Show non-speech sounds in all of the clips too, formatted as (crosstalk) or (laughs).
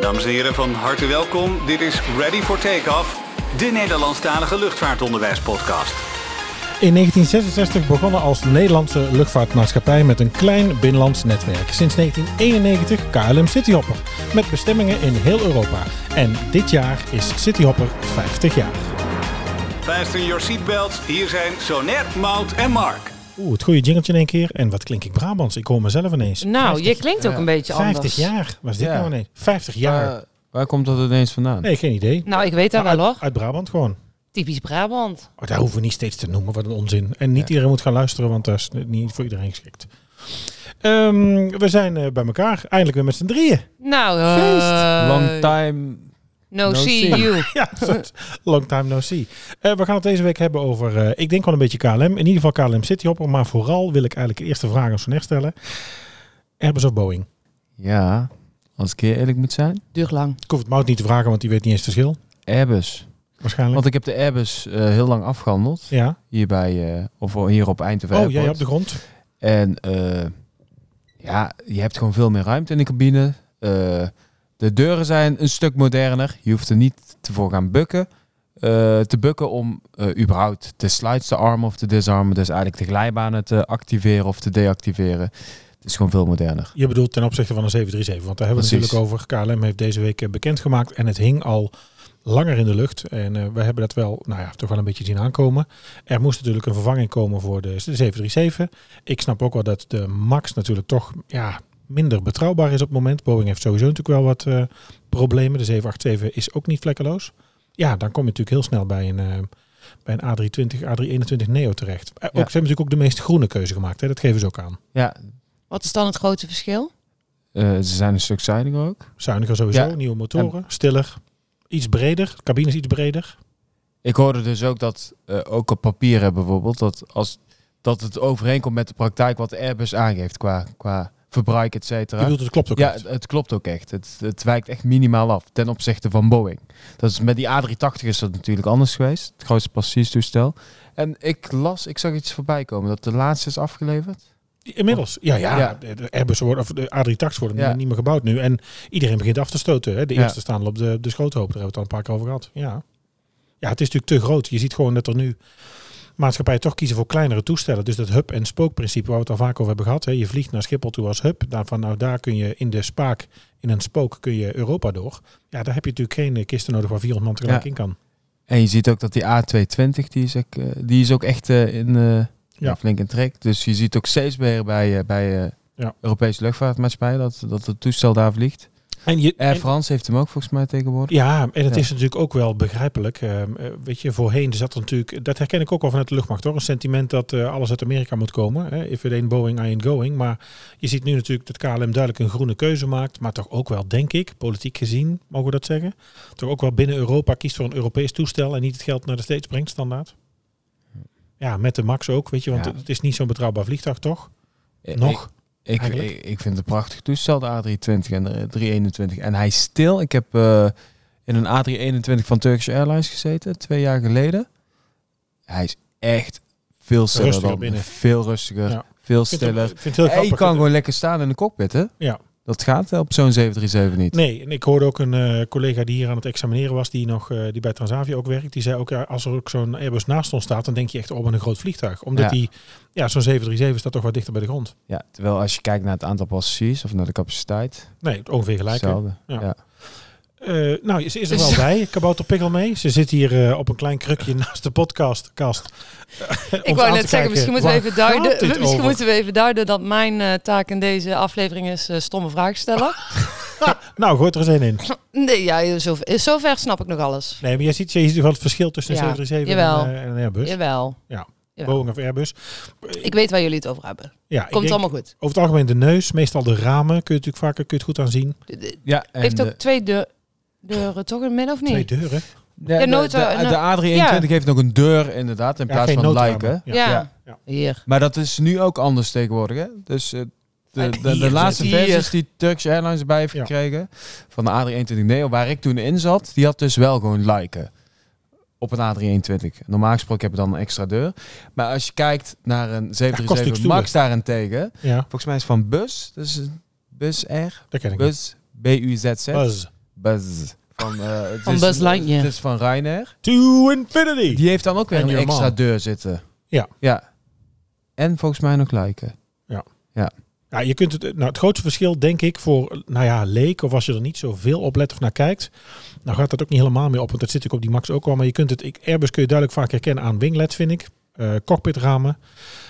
Dames en heren, van harte welkom. Dit is Ready for Takeoff, de Nederlandstalige luchtvaartonderwijspodcast. In 1966 begonnen als Nederlandse luchtvaartmaatschappij met een klein binnenlands netwerk. Sinds 1991 KLM Cityhopper, met bestemmingen in heel Europa. En dit jaar is Cityhopper 50 jaar. Fasten your seatbelts, hier zijn Soner, Mout en Mark. Oeh, het goede jingeltje in één keer. En wat klink ik Brabants? Ik hoor mezelf ineens. Nou, 50, je klinkt ook een beetje 50 anders. jaar was dit Ja. Eh. nou ineens? 50 jaar? Waar- waar komt dat ineens vandaan? nee, geen idee. Nou, ik weet dat Maar wel hoor. Uit Brabant gewoon. Typisch Brabant. Oh, daar hoeven we niet steeds te noemen, wat een onzin. En niet Ja. iedereen moet gaan luisteren, want dat is niet voor iedereen geschikt. Ehm, we zijn eh, bij elkaar, eindelijk weer met z'n drieën. Nou, eh, Long time. No, no see, see. you. (laughs) Ja, soort long time no see. Eh, we gaan het deze week hebben over, eh, ik denk wel een beetje KLM. In ieder geval KLM Cityhopper. Maar vooral wil ik eigenlijk de eerste vraag aan Soner stellen. Airbus of Boeing? Ja, als ik heel eerlijk moet zijn. (laughs) Duurt lang. Ik hoef het Mout niet te vragen, want die weet niet eens het verschil. Airbus. Waarschijnlijk. Want ik heb de Airbus eh, heel lang afgehandeld. ja. Hier, bij, eh of hier op Eindhoven Oh, Airport. jij op de grond? En eh, ja, je hebt gewoon veel meer ruimte in de cabine. Eh, de deuren zijn een stuk moderner. Je hoeft er niet te voor gaan bukken. eh, te bukken om eh, überhaupt de slides te armen of te disarmen. Dus eigenlijk de glijbanen te activeren of te deactiveren. Het is gewoon veel moderner. Je bedoelt ten opzichte van een 737. Want daar hebben we het Precies. natuurlijk over. KLM heeft deze week eh, bekendgemaakt. En het hing al langer in de lucht. En eh, we hebben dat wel, nou ja, toch wel een beetje zien aankomen. Er moest natuurlijk een vervanging komen voor de 737. Ik snap ook wel dat de MAX natuurlijk toch, ja, minder betrouwbaar is op het moment. Boeing heeft sowieso natuurlijk wel wat eh, problemen. De 787 is ook niet vlekkeloos. Ja, dan kom je natuurlijk heel snel bij een... eh, bij een A320, A321 Neo terecht. Eh, Ook, Ze hebben natuurlijk ook de meest groene keuze gemaakt. Hè? Dat geven ze ook aan. Ja, Wat is dan het grote verschil? eh, ze zijn een stuk zuiniger ook. Zuiniger sowieso, Ja. nieuwe motoren, stiller, iets breder, de cabine is iets breder. Ik hoorde dus ook dat, eh, ook op papier hè, bijvoorbeeld, dat, als, dat het overeenkomt met de praktijk wat Airbus aangeeft qua, qua verbruik, et Ik cetera. bedoel, het klopt ook Ja, niet. het, het klopt ook echt. Het, het wijkt echt minimaal af ten opzichte van Boeing. Dat is, met die A380 is dat natuurlijk anders geweest. Het grootste passagierstoestel. En ik las, ik zag iets voorbij komen dat de laatste is afgeleverd. Inmiddels, ja, ja, Ja. de- de Airbus worden, of de A380 worden Ja. niet meer gebouwd nu. En iedereen begint af te stoten. Hè? De Ja. eerste staan al op de, de schroothoop, daar hebben we het al een paar keer over gehad. Ja. ja, het is natuurlijk te groot. Je ziet gewoon dat er nu maatschappijen toch kiezen voor kleinere toestellen. Dus dat hub- en spookprincipe waar we het al vaak over hebben gehad. Hè? Je vliegt naar Schiphol toe als hub. Daar, vanuit nou, daar kun je in de spaak, in een spook, kun je Europa door. Ja, daar heb je natuurlijk geen eh, kisten nodig waar 400 man tegelijk Ja. in kan. En je ziet ook dat die A220, die is ook, eh, die is ook echt eh, in, eh, Ja. flink in trek. Dus je ziet ook steeds meer bij, eh, bij eh, Ja. Europese luchtvaartmaatschappij dat, dat het toestel daar vliegt. En je, Air en- France heeft hem ook volgens mij tegenwoordig. Ja, en het Ja. is natuurlijk ook wel begrijpelijk. Ehm, eh, weet je, voorheen zat er natuurlijk, dat herken ik ook al vanuit de luchtmacht hoor, een sentiment dat eh, alles uit Amerika moet komen. Hè? If it ain't Boeing, I ain't going. Maar je ziet nu natuurlijk dat KLM duidelijk een groene keuze maakt, maar toch ook wel, denk ik, politiek gezien, mogen we dat zeggen, toch ook wel binnen Europa kiest voor een Europees toestel en niet het geld naar de States brengt, standaard. Ja, met de MAX ook, weet je, want Ja. het is niet zo'n betrouwbaar vliegtuig, toch? Eh, Nog? Ik, Eigenlijk. ik, ik vind het een prachtig toestel, de A320 en de 321. En hij is stil. Ik heb eh, in een A321 van Turkish Airlines gezeten, twee jaar geleden. Hij is echt veel stiller Rustiger dan binnen. Veel rustiger, Ja. veel Ik vind het, stiller. ik vind het heel En je grappig. kan gewoon lekker staan in de cockpit, hè? Ja. Dat gaat op zo'n 737 niet. Nee, en ik hoorde ook een eh, collega die hier aan het examineren was, die, nog, eh, die bij Transavia ook werkt. Die zei ook, ja, als er ook zo'n Airbus naast ons staat, dan denk je echt, oh, wat een groot vliegtuig. Omdat Ja. die, ja, zo'n 737 staat toch wat dichter bij de grond. Ja, terwijl als je kijkt naar het aantal passagiers of naar de capaciteit, Nee, het ongeveer gelijk. hè? hetzelfde. Ja. Ja. Eh, nou, ze is er wel bij, Kabouter Pikkel mee. Ze zit hier eh, op een klein krukje (laughs) naast de podcast. Kast, Ik wou net zeggen, misschien moeten, we even duiden, (laughs) misschien Misschien moeten we even duiden dat mijn eh, taak in deze aflevering is eh, stomme vragen (coughs) stellen. Nou, gooi er eens één in. nee, ja, zover, zover snap ik nog alles. Nee, maar jij ziet, jij ziet wel het verschil tussen Ja, een 737 jawel. en, eh, en een Airbus. Jawel. Jawel. Boeing of Airbus. Ik weet waar jullie het over hebben. Ja, ik Komt denk- allemaal goed. Over het algemeen de neus, meestal de ramen. Kun je natuurlijk vaker kun je het goed aan zien. De- de- Ja, en Heeft ook de- twee deur- deuren, toch in midden of Twee niet? deuren. de, de, nooit, de- eh, de nou- A321 Ja. heeft nog een deur inderdaad, in Ja, plaats geen van noodramen. lijken. Ja. Ja. Ja. Ja. Hier. Maar dat is nu ook anders tegenwoordig, hè? Dus eh, de, de, de Hier, laatste hier. versies die Turkish Airlines erbij heeft Ja. gekregen, van de A321 Neo, waar ik toen in zat, die had dus wel gewoon lijken op een A321. Normaal gesproken heb je dan een extra deur. Maar als je kijkt naar een natuurlijk 737 stoelen. Max daarentegen, Ja, volgens mij is het van Bus, dus eh, Bus R, dat ken ik. Bus B-U-Z-Z, Buzz. Buzz. Van, eh, het Van is- Buzz Lightyear. Het is van Ryanair. To infinity! Die heeft dan ook weer En een your extra mom. deur zitten. Ja. ja. En volgens mij nog luiken. Ja, je kunt het, nou, het grootste verschil, denk ik, voor nou ja, leek of als je er niet zoveel op let of naar kijkt. Nou gaat dat ook niet helemaal meer op, want dat zit ik op die Max ook wel. Maar je kunt het, ik, Airbus kun je duidelijk vaak herkennen aan winglets, vind ik. Eh, cockpitramen.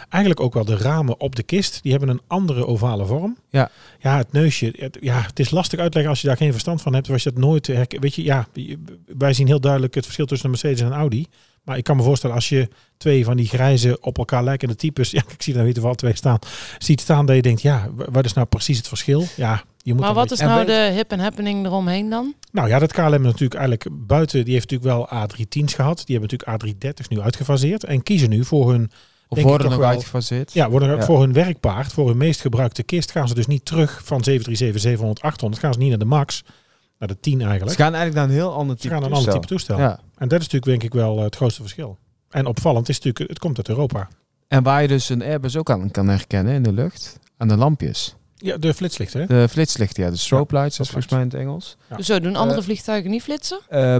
Eigenlijk ook wel de ramen op de kist. Die hebben een andere ovale vorm. Ja. Ja, het neusje. Het, ja, het is lastig uitleggen als je daar geen verstand van hebt. Of als je dat nooit herkent. Weet je, ja, je- wij zien heel duidelijk het verschil tussen een Mercedes en een Audi. Maar ik kan me voorstellen als je twee van die grijze op elkaar lijkende types. (laughs) Ja, ik zie daar weer wel twee staan ziet staan dat je denkt, ja, wa- wat is nou precies het verschil? Ja, je moet Maar dan wat weet- is En nou weet- de hip en happening eromheen dan? Nou ja, dat KLM heeft natuurlijk eigenlijk buiten, die heeft natuurlijk wel A310's gehad. Die hebben natuurlijk A330's nu uitgefaseerd en kiezen nu voor hun, Of Denk ik worden toch nog wel. uitgefaseerd. ja, worden er- Ja. voor hun werkpaard, voor hun meest gebruikte kist, gaan ze dus niet terug van 737, 700, 800. Gaan ze niet naar de MAX, naar de 10 Ze eigenlijk. gaan eigenlijk naar een heel ander Ze type gaan naar een ander type toestel. toestel. Ja. En dat is natuurlijk denk ik wel eh, het grootste verschil. En opvallend is natuurlijk, het komt uit Europa. En waar je dus een Airbus ook aan kan herkennen in de lucht. Aan de lampjes. Ja, de flitslichten. hè? De flitslichten, ja. De strobe lights is volgens mij in het Engels. Ja. Zo, doen andere vliegtuigen niet (laughs) flitsen? (laughs) Eh, de,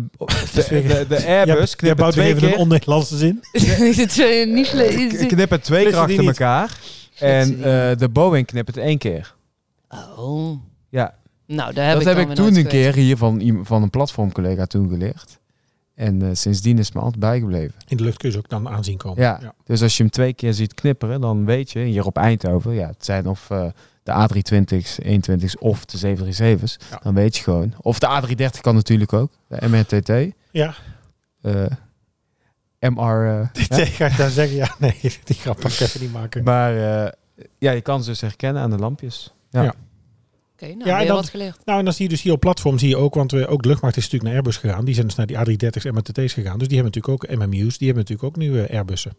de, de Airbus Jij- Jij knippen bouwt weer twee even een keer, on-Nederlandse zin. Dit, eh, niet k- flitsen. knippen twee Flitsen keer die achter niet. elkaar. En eh, de Boeing knipt het één keer. Oh. Ja, Nou, daar heb dat ik heb dan ik weer toen nooit een geweten. keer hier van, iem- van een platformcollega toen geleerd. En eh, sindsdien is het me altijd bijgebleven. In de lucht kun je ze ook dan aanzien komen. Ja. Dus als je hem twee keer ziet knipperen, dan weet je hier op Eindhoven, ja, het zijn of eh, de A320's, 120's of de 737's. Ja. Dan weet je gewoon. Of de A330 kan natuurlijk ook. De MRTT. ja. eh, MR. eh, (laughs) hè? Ja? Ga ik dan zeggen, ja, nee, (laughs) die grap kan ik even niet maken. Maar eh, ja, je kan ze dus herkennen aan de lampjes. Ja. Ja. Oké, nou, Ja, en weer dan- wat geleerd. Nou, en dan zie je dus hier op platform, zie je ook, want we, ook de luchtmacht is natuurlijk naar Airbus gegaan. Die zijn dus naar die A330's en MTT's gegaan. Dus die hebben natuurlijk ook MMU's, die hebben natuurlijk ook nu eh, Airbussen.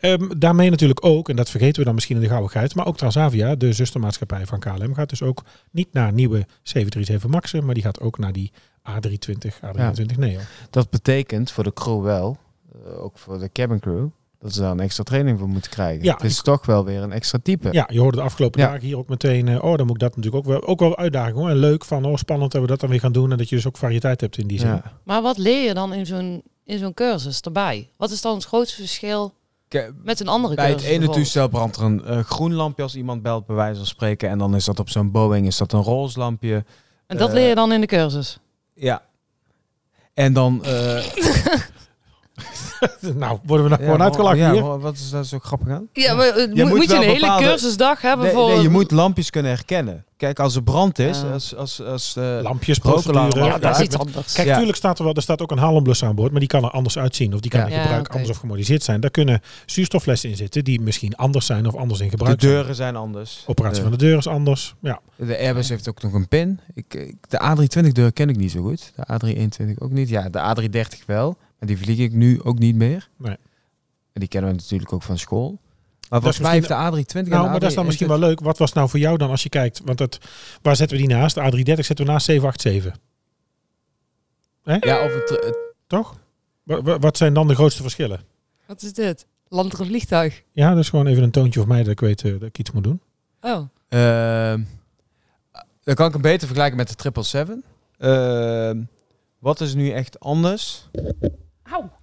Ehm, daarmee natuurlijk ook, en dat vergeten we dan misschien in de gauwigheid, maar ook Transavia, de zustermaatschappij van KLM, gaat dus ook niet naar nieuwe 737 Max'en, maar die gaat ook naar die A320, A320 Neo. Dat betekent voor de crew wel, eh, ook voor de cabin crew, dat ze daar een extra training voor moeten krijgen. Ja, het is toch wel weer een extra type. Ja, je hoorde de afgelopen Ja. dagen hier ook meteen, eh, oh, dan moet ik dat natuurlijk ook wel, ook wel uitdagen hoor. En leuk van, oh, spannend dat we dat dan weer gaan doen en dat je dus ook variëteit hebt in die zin. Ja. Maar wat leer je dan in zo'n in zo'n cursus erbij? Wat is dan het grootste verschil met een andere Bij het cursus? ene bijvoorbeeld? toestel brandt er een eh, groen lampje als iemand belt, bij wijze van spreken. En dan is dat op zo'n Boeing, is dat een roze lampje. En dat eh, leer je dan in de cursus? Ja. En (laughs) dan... eh, (laughs) Nou, worden we nou gewoon ja, uitgelachen ja, hier? Wat is daar zo grappig aan? Ja, maar eh, moet, moet moet je wel een hele bepaalde- cursusdag hebben Nee, voor... nee, je moet lampjes kunnen herkennen. Kijk, als er brand is, Ja. als... als, als eh, Lampjes, Rookelaar, procedure. maar- Ja, dat is Ja, iets anders. Kijk, Ja. tuurlijk staat er wel, er staat ook een halenblus aan boord, maar die kan er anders uitzien. Of die kan Ja. in Ja, gebruik oké. anders of gemodificeerd zijn. Daar kunnen zuurstofflessen in zitten die misschien anders zijn of anders in de gebruik zijn. deuren zijn anders. Operatie Eh, van de deur is anders. Ja, De Airbus heeft ook nog een pin. Ik, ik- de A320-deur ken ik niet zo goed. De A321 ook niet. Ja, de A330 wel. Maar die vlieg ik nu ook niet meer. Nee. En die kennen we natuurlijk ook van school. Maar Dat is volgens mij heeft de misschien- A320... en nou, de maar dat is dan misschien wel leuk. Wat was nou voor jou dan als je kijkt? Want dat, waar zetten we die naast? De A330 zetten we naast 787, Ja, of het, het- toch? Wa- wa- Wat zijn dan de grootste verschillen? Wat is dit? Land of vliegtuig? Ja, dat is gewoon even een toontje voor mij dat ik weet eh, dat ik iets moet doen. Oh. ehm, dan kan ik hem beter vergelijken met de 777. Ehm, wat is nu echt anders?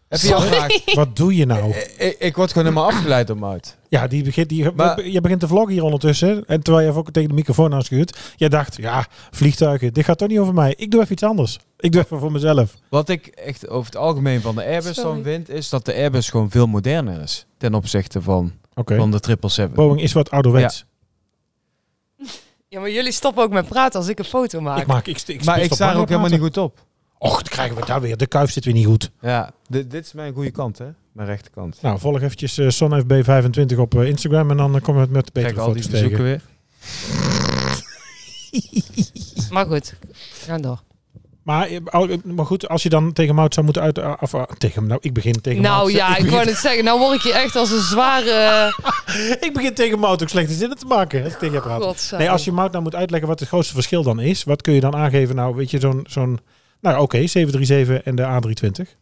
Heb je al Sorry. vraag? (laughs) Wat doe je nou? Ik, ik word gewoon helemaal afgeleid door Mout. Ja, die begint, die, Maar- je begint te vloggen hier ondertussen. En terwijl je even ook tegen de microfoon aanschuurt. Jij dacht, ja, vliegtuigen, dit gaat toch niet over mij. Ik doe even iets anders. Ik doe even voor mezelf. Wat ik echt over het algemeen van de Airbus Sorry. dan vind... is dat de Airbus gewoon veel moderner is. Ten opzichte van Oké. van de 777. Boeing is wat ouderwets. Ja, maar jullie stoppen ook met praten als ik een foto maak. Ik maak, ik, ik, maar ik sta er ook helemaal niet goed op. goed. Och, dan krijgen we daar weer. De kuif zit weer niet goed. Ja, di- dit is mijn goede kant, hè? Mijn rechterkant. Nou, volg eventjes eh, SonFB25 op eh, Instagram. En dan eh, komen we met betere Kijk al foto's die bezoeken tegen. weer. Maar goed, ga door. Maar, eh, al- maar goed, als je dan tegen Mout zou moeten uit... Of, eh, tegen hem, nou, ik begin tegen nou Mout. ja, ik begin, wou het zeggen. Nou word ik hier echt als een zware... (laughs) eh, (laughs) ik begin tegen Mout ook slechte zinnen te maken. Als ik tegen je praat. godzijdank. Nee, als je Mout nou moet uitleggen wat het grootste verschil dan is, wat kun je dan aangeven? Nou, weet je, zo'n, zo'n nou oké, 737 en de A320.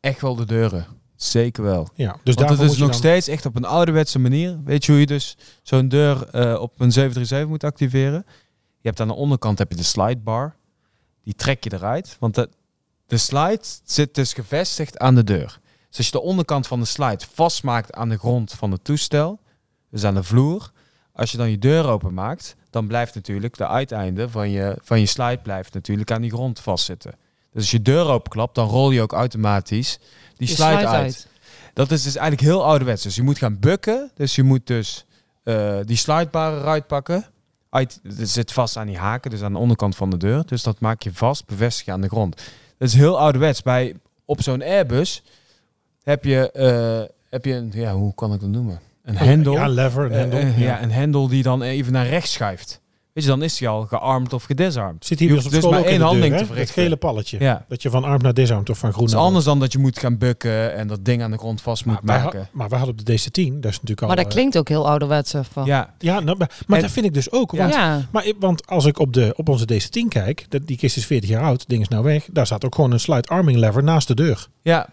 Echt wel de deuren. Zeker wel. Ja, dus Want daarvoor het moet is je nog dan- steeds echt op een ouderwetse manier. Weet je hoe je dus zo'n deur eh, op een 737 moet activeren? Je hebt aan de onderkant heb je de slide bar. die trek je eruit. Want de, de slide zit dus gevestigd aan de deur. Dus als je de onderkant van de slide vastmaakt aan de grond van het toestel, dus aan de vloer, als je dan je deur openmaakt, dan blijft natuurlijk de uiteinde van je, van je slide blijft natuurlijk aan die grond vastzitten. Dus als je deur openklapt, dan rol je ook automatisch die Je slide, sluit uit. Dat is dus eigenlijk heel ouderwets. Dus je moet gaan bukken. Dus je moet dus eh, die slidebar eruit pakken. Uit, het zit vast aan die haken, dus aan de onderkant van de deur. Dus dat maak je vast, bevestig je aan de grond. Dat is heel ouderwets. Bij, op zo'n Airbus heb je, eh, heb je een, ja, hoe kan ik dat noemen? Een hendel. Ja, lever, een Eh, hendel. eh, ja. ja. een hendel die dan even naar rechts schuift. Weet je, dan is hij al gearmd of gedisarmd. Zit hier Je bij ons op hoeft dus school maar ook in de één deur, handeling hè? te Dat verrichten. gele palletje. Ja. Dat je van arm naar disarmt of van groen Het is naar rood. anders dan dat je moet gaan bukken en dat ding aan de grond vast moet Maar wij maken. had- maar we hadden op de DC-10, dat is natuurlijk al... Maar dat eh, klinkt ook heel ouderwets. hè, Van. Ja, Ja, nou, maar maar En- dat vind ik dus ook. Ja. Want, ja. maar, ik- want als ik op, de, op onze DC-10 kijk, dat, die kist is 40 jaar oud, het ding is nou weg. Daar zat ook gewoon een slide arming lever naast de deur. ja.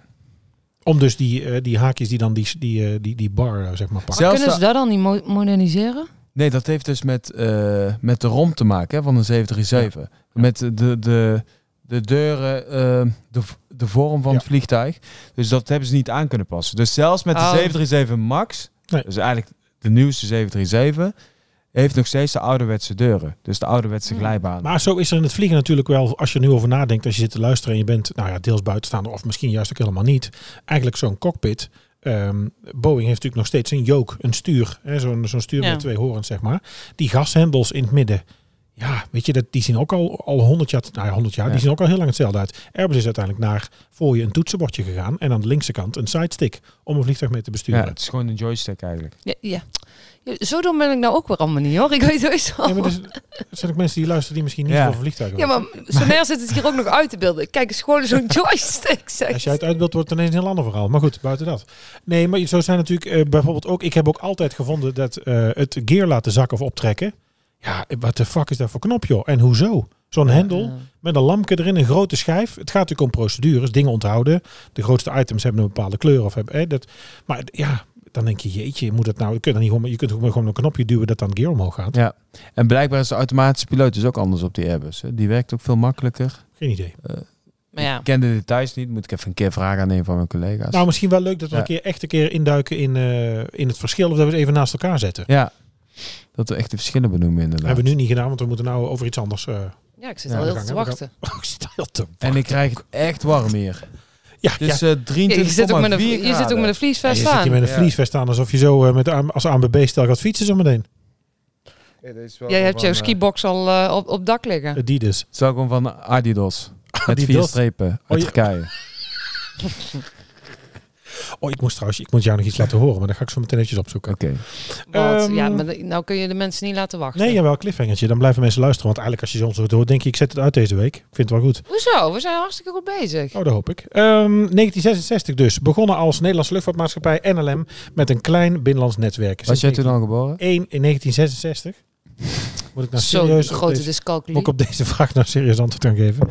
Om dus die, eh, die haakjes die dan die, die, eh, die, die bar eh, zeg maar pakken. Zelfs Kunnen ze de- dat dan niet mo- moderniseren? nee, dat heeft dus met, eh, met de romp te maken hè, van een 737. Met de, de, de, de deuren, eh, de, v- de vorm van Ja. het vliegtuig. Dus dat hebben ze niet aan kunnen passen. Dus zelfs met de Oh. 737 MAX, Nee. dus eigenlijk de nieuwste 737, heeft nog steeds de ouderwetse deuren. Dus de ouderwetse Hmm. glijbaan. Maar zo is er in het vliegen natuurlijk wel, als je er nu over nadenkt, als je zit te luisteren en je bent nou ja, deels buitenstaander of misschien juist ook helemaal niet, eigenlijk zo'n cockpit. ehm, Boeing heeft natuurlijk nog steeds een jook, een stuur, hè, zo'n zo'n stuur Ja. met twee horens zeg maar. Die gashendels in het midden, ja, weet je, dat, die zien ook al, al 100 jaar, nou ja, 100 jaar, Ja. die zien ook al heel lang hetzelfde uit. Airbus is uiteindelijk naar voor je een toetsenbordje gegaan en aan de linkse kant een sidestick om een vliegtuig mee te besturen. ja, het is gewoon een joystick eigenlijk. Ja, ja. Ja, Zo dom ben ik nou ook weer allemaal niet hoor. Ik weet sowieso. Ja, maar dus- er z- er zijn ook mensen die luisteren die misschien niet Ja. over vliegtuigen Ja, maar Sonair zit het hier ook nog uit te beelden. Kijk eens gewoon (laughs) zo'n joystick. Zeg. Als je het uitbeeldt, wordt het ineens een heel ander verhaal. Maar goed, buiten dat. Nee, maar zo zijn natuurlijk eh, bijvoorbeeld ook... Ik heb ook altijd gevonden dat eh, het gear laten zakken of optrekken... Ja, wat de fuck is dat voor knop, joh? En hoezo? Zo'n hendel met een lampje erin, een grote schijf. Het gaat natuurlijk om procedures, dingen onthouden. De grootste items hebben een bepaalde kleur. Of hebben, eh, dat, maar ja, dan denk je, jeetje, moet dat nou... Je kunt, dan niet gewoon, je kunt ook maar gewoon een knopje duwen dat dan het gear omhoog gaat. Ja. En blijkbaar is de automatische piloot dus ook anders op die Airbus. Hè. Die werkt ook veel makkelijker. Geen idee. Maar ja. Ik ken de details niet, moet ik even een keer vragen aan een van mijn collega's. Nou, misschien wel leuk dat we Ja. een keer echt een keer induiken in, eh, in het verschil. Of dat we het even naast elkaar zetten. Ja, dat we echt de verschillen benoemen inderdaad. hebben we nu niet gedaan, want we moeten nou over iets anders... eh, (laughs) ja, ik zit Ja, al we heel gaan- te we gaan- wachten. Oh, ik zit heel te En ik krijg het echt warm hier. (laughs) Ja, Het is ja. eh, 23,4 Ja, je, zit ook met een, je zit ook graden. met een Ja, vliesvest je zit hier aan. met een Ja. vliesvest aan alsof je zo eh, met de AM als ANBB-stel gaat fietsen zo meteen. Jij hebt jouw skibox al eh, op, op dak liggen. Eh, Die dus. Het is ook gewoon van (laughs) Adidas. Met vier Adidas. strepen Oh, uit je- (laughs) Turkije. Oh, ik moest trouwens, ik moet jou nog iets laten horen, maar dan ga ik zo meteen eventjes opzoeken. Oké. Wat? ja, Ehm, maar de- nou kun je de mensen niet laten wachten. Nee, jawel, cliffhangertje. Dan blijven mensen luisteren, want eigenlijk als je zo hoort, denk je, ik zet het uit deze week. Ik vind het wel goed. Hoezo? We zijn hartstikke goed bezig. Oh, dat hoop ik. Ehm, 1966 dus. Begonnen als Nederlandse luchtvaartmaatschappij NLM met een klein binnenlands netwerk. Was jij toen al geboren? 1 in 1966. Moet ik nou Zo'n serieus op grote deze- discalculie. Moet ik op deze (laughs) vraag nou serieus antwoord aan geven?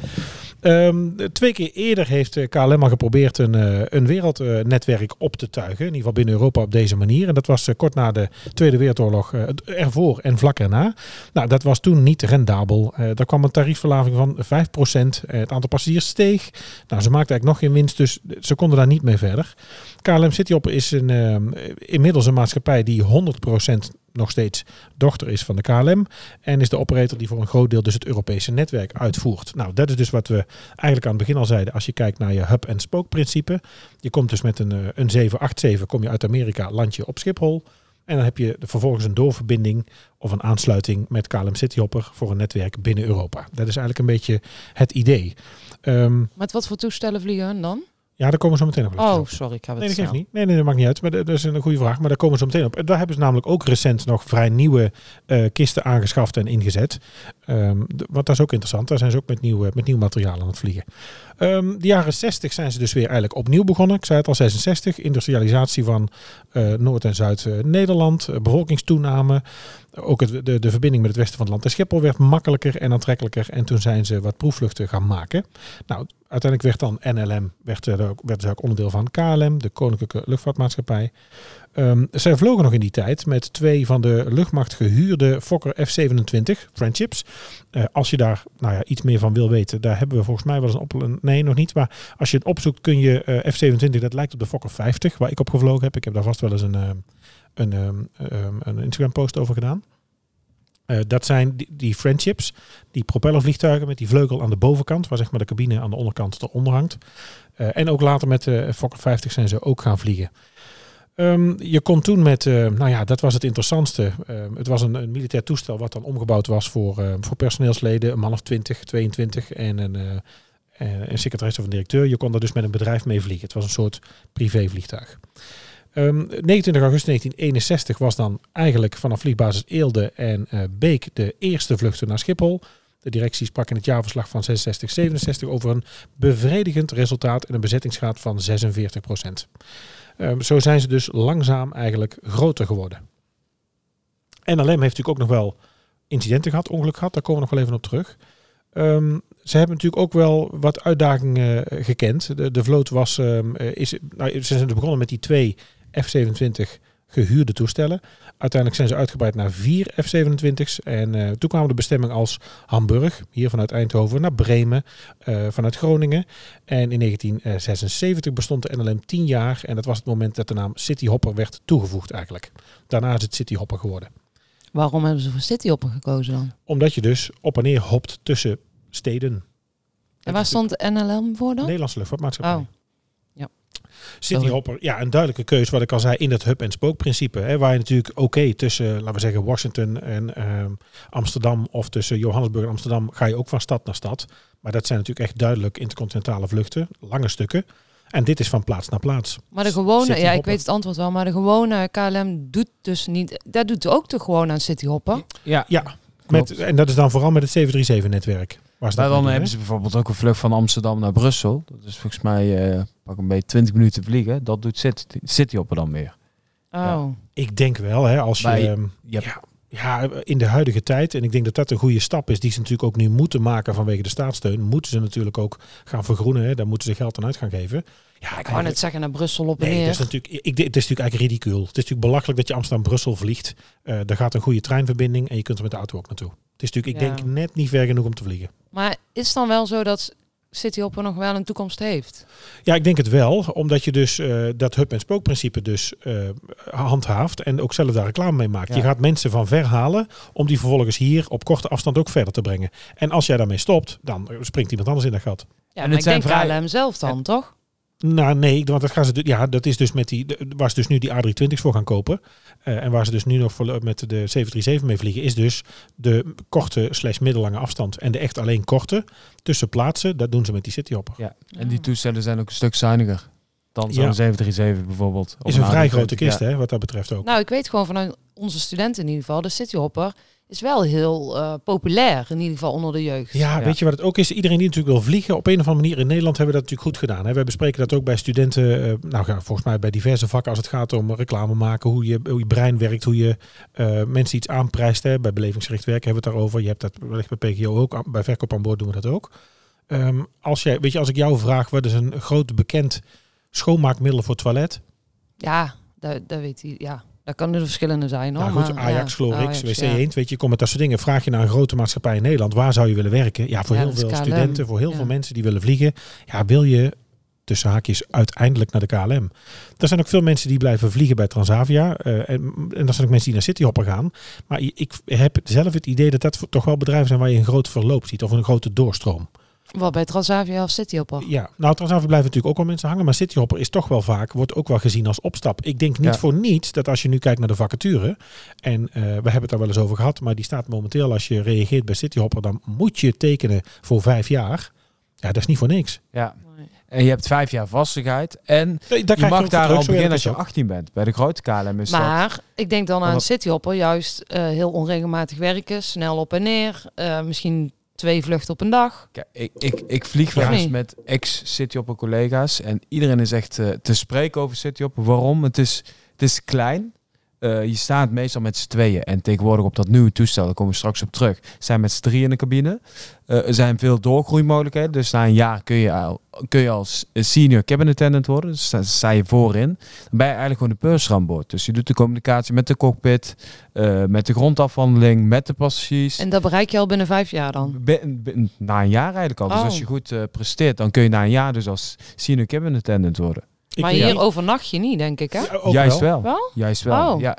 Ehm, twee keer eerder heeft eh, KLM al geprobeerd een, eh, een wereldnetwerk op te tuigen. In ieder geval binnen Europa op deze manier. En dat was eh, kort na de Tweede Wereldoorlog, eh, het- ervoor en vlak erna. Nou, dat was toen niet rendabel. Eh, daar kwam een tariefverlaging van 5%. Eh, het aantal passagiers steeg. Nou, ze maakten eigenlijk nog geen winst, dus ze konden daar niet mee verder. KLM Cityhopper is een, ehm, inmiddels een maatschappij die 100% nog steeds dochter is van de KLM. En is de operator die voor een groot deel dus het Europese netwerk uitvoert. Nou, dat is dus wat we eigenlijk aan het begin al zeiden. Als je kijkt naar je hub-and-spoke principe. Je komt dus met een, eh, een 787, kom je uit Amerika, land je op Schiphol. En dan heb je vervolgens een doorverbinding of een aansluiting met KLM Cityhopper voor een netwerk binnen Europa. Dat is eigenlijk een beetje het idee. Ehm, Met wat voor toestellen vliegen hun dan? ja, daar komen we zo meteen nog wel even Oh, op. sorry, ik heb het Nee, dat snel. geeft niet. Nee, nee, dat maakt niet uit. Maar dat dat is een goede vraag. Maar daar komen ze meteen op. Daar hebben ze namelijk ook recent nog vrij nieuwe eh, kisten aangeschaft en ingezet. Ehm, d- want dat is ook interessant. Daar zijn ze ook met nieuw, eh, met nieuw materiaal aan het vliegen. Ehm, de jaren 60 zijn ze dus weer eigenlijk opnieuw begonnen. Ik zei het al, 66. Industrialisatie van eh, Noord- en Zuid-Nederland. eh, bevolkingstoename. Ook het, de, de verbinding met het westen van het land en Schiphol werd makkelijker en aantrekkelijker. En toen zijn ze wat proefvluchten gaan maken. Nou, uiteindelijk werd dan NLM werd, er ook, werd dus ook onderdeel van KLM, de Koninklijke Luchtvaartmaatschappij. Ehm, zij vlogen nog in die tijd met twee van de luchtmacht gehuurde Fokker F-27 Friendships. Eh, als je daar nou ja, iets meer van wil weten, daar hebben we volgens mij wel eens een op... een- Nee, nog niet. Maar als je het opzoekt kun je eh, F-27, dat lijkt op de Fokker 50 waar ik op gevlogen heb. Ik heb daar vast wel eens een, ehm, een, ehm, ehm, een Instagram post over gedaan. Eh, dat zijn die, die friendships, die propellervliegtuigen met die vleugel aan de bovenkant, waar zeg maar de cabine aan de onderkant eronder hangt. Eh, en ook later met de Fokker 50 zijn ze ook gaan vliegen. Ehm, je kon toen met, eh, nou ja, dat was het interessantste. Ehm, het was een, een militair toestel wat dan omgebouwd was voor, eh, voor personeelsleden, een man of 20, 22 en een, eh, en een secretaris of een directeur. Je kon daar dus met een bedrijf mee vliegen. Het was een soort privévliegtuig. Ehm 29 augustus 1961 was dan eigenlijk vanaf vliegbasis Eelde en eh, Beek de eerste vluchten naar Schiphol. De directie sprak in het jaarverslag van 66-67 over een bevredigend resultaat en een bezettingsgraad van 46 Ehm, zo zijn ze dus langzaam eigenlijk groter geworden. NLM heeft natuurlijk ook nog wel incidenten gehad, ongeluk gehad. Daar komen we nog wel even op terug. Ehm, ze hebben natuurlijk ook wel wat uitdagingen eh, gekend. De, de vloot was, ehm, eh, is, nou, ze zijn begonnen met die twee F-27 gehuurde toestellen. Uiteindelijk zijn ze uitgebreid naar vier F-27's. En eh, toen kwamen de bestemmingen als Hamburg, hier vanuit Eindhoven, naar Bremen, eh, vanuit Groningen. En in 1976 bestond de NLM 10 jaar. En dat was het moment dat de naam City Hopper werd toegevoegd eigenlijk. Daarna is het City Hopper geworden. Waarom hebben ze voor Cityhopper gekozen dan? Omdat je dus op en neer hopt tussen steden. En waar stond NLM voor dan? Nederlandse luchtvaartmaatschappij. Oh, City Hopper, ja, een duidelijke keus, wat ik al zei, in dat hub- en spookprincipe. Hè, waar je natuurlijk oké tussen, laten we zeggen, Washington en ehm, Amsterdam of tussen Johannesburg en Amsterdam ga je ook van stad naar stad. Maar dat zijn natuurlijk echt duidelijk intercontinentale vluchten, lange stukken. En dit is van plaats naar plaats. maar de gewone, ja, ik Cityhopper. weet het antwoord wel, maar de gewone KLM doet dus niet, dat doet ook toch gewoon aan Cityhopper? Ja, Ja, met, Klopt. en dat is dan vooral met het 737-netwerk. Waar ze maar dat mee dan doen, hebben hè? ze bijvoorbeeld ook een vlucht van Amsterdam naar Brussel. Dat is volgens mij eh pak een beetje 20 minuten vliegen. Dat doet City, Cityhopper dan weer. Oh, Ja. Ik denk wel, hè, als je... Bij- ehm, Ja. Ja. Ja, in de huidige tijd. En ik denk dat dat een goede stap is die ze natuurlijk ook nu moeten maken vanwege de staatssteun. Moeten ze natuurlijk ook gaan vergroenen. Hè? Daar moeten ze geld aan uit gaan geven. Ja, ik wou net zeggen naar Brussel op en Nee, dus- dat is neer. natuurlijk, ik, het is natuurlijk eigenlijk ridicuul. Het is natuurlijk belachelijk dat je Amsterdam-Brussel vliegt. Eh daar gaat een goede treinverbinding en je kunt er met de auto ook naartoe. Het is natuurlijk, ik Ja. denk, net niet ver genoeg om te vliegen. Maar is het dan wel zo dat Cityhopper nog wel een toekomst heeft? Ja, ik denk het wel. Omdat je dus eh, dat hub-en-spookprincipe dus eh, handhaaft. En ook zelf daar reclame mee maakt. Ja. Je gaat mensen van ver halen om die vervolgens hier op korte afstand ook verder te brengen. En als jij daarmee stopt, dan springt iemand anders in dat gat. Ja, het maar ik zijn denk vrij- KLM zelf dan, toch? Nou nee, want dat gaan ze. du- Ja, dat is dus met die. de- Waar ze dus nu die A320's voor gaan kopen. eh, en waar ze dus nu nog voor, met de 737 mee vliegen, is dus de korte slash middellange afstand. En de echt alleen korte tussen plaatsen, dat doen ze met die cityhopper. Ja. En die toestellen zijn ook een stuk zuiniger dan zo'n Ja. 737 bijvoorbeeld. Of Is een vrij A320. grote kist, Ja. hè, wat dat betreft ook. Nou, ik weet gewoon vanuit onze studenten in ieder geval, de Cityhopper is wel heel eh, populair, in ieder geval onder de jeugd. Ja, Ja. weet je wat het ook is? Iedereen die natuurlijk wil vliegen, op een of andere manier in Nederland hebben we dat natuurlijk goed gedaan. Hè? Wij bespreken dat ook bij studenten, eh, nou ja, volgens mij bij diverse vakken als het gaat om reclame maken, hoe je, hoe je brein werkt, hoe je eh, mensen iets aanprijst. Hè? Bij belevingsgericht werken hebben we het daarover. Je hebt dat wellicht bij PGO ook, aan- bij verkoop aan boord doen we dat ook. Ehm, als, jij, weet je, als ik jou vraag, wat is een groot bekend schoonmaakmiddel voor toilet? Ja, dat, dat weet hij. Ja, dat kan er verschillende zijn. Hoor, Nou goed, maar, Ajax, ja, Glorix, Ajax, WC ja. Eend, weet je, je komt met dat soort dingen. Vraag je naar een grote maatschappij in Nederland, waar zou je willen werken? Ja, voor Ja, heel dat is veel KLM. studenten, voor heel Ja. veel mensen die willen vliegen. Ja, wil je tussen haakjes uiteindelijk naar de KLM? Er zijn ook veel mensen die blijven vliegen bij Transavia. eh, en, en er zijn ook mensen die naar Cityhopper gaan. Maar i- ik heb zelf het idee dat dat toch wel bedrijven zijn waar je een groot verloop ziet of een grote doorstroom. Wat bij Transavia of Cityhopper. Ja, nou Transavia blijven natuurlijk ook wel mensen hangen, maar Cityhopper is toch wel vaak, wordt ook wel gezien als opstap. Ik denk niet Ja. voor niets dat als je nu kijkt naar de vacature, en eh, we hebben het daar wel eens over gehad, maar die staat momenteel als je reageert bij Cityhopper, dan moet je tekenen voor vijf jaar. Ja, dat is niet voor niks. Ja. Nee. En je hebt vijf jaar vastigheid. En Nee, daar je krijg mag ook daar terug, al zo werkt beginnen het als je ook. 18 bent. Bij de grote KLM is dat... Maar ik denk dan aan Omdat- Cityhopper juist eh, heel onregelmatig werken, snel op en neer, eh, misschien twee vluchten op een dag. Kijk, ik, ik, ik vlieg wel Of eens niet? met ex-Cityhopper collega's en iedereen is echt eh, te spreken over Cityhopper. Waarom? Het is, het is klein. Eh, eh, je staat meestal met z'n tweeën. En tegenwoordig op dat nieuwe toestel, daar komen we straks op terug, zijn met z'n drieën in de cabine. Eh, er zijn veel doorgroeimogelijkheden. Dus na een jaar kun je, al, kun je als senior cabin attendant worden. Dus sta, sta je voorin. Dan ben je eigenlijk gewoon de purser aan boord. Dus je doet de communicatie met de cockpit, eh, met de grondafhandeling, met de passagiers. En dat bereik je al binnen vijf jaar dan? Bi- bi- na een jaar eigenlijk al. Dus Oh. als je goed eh, presteert, dan kun je na een jaar dus als senior cabin attendant worden. Ik maar weet hier niet- overnacht je niet, denk ik, hè? Ja, ook Juist wel. wel. Wel? Juist wel. Oh. Ja.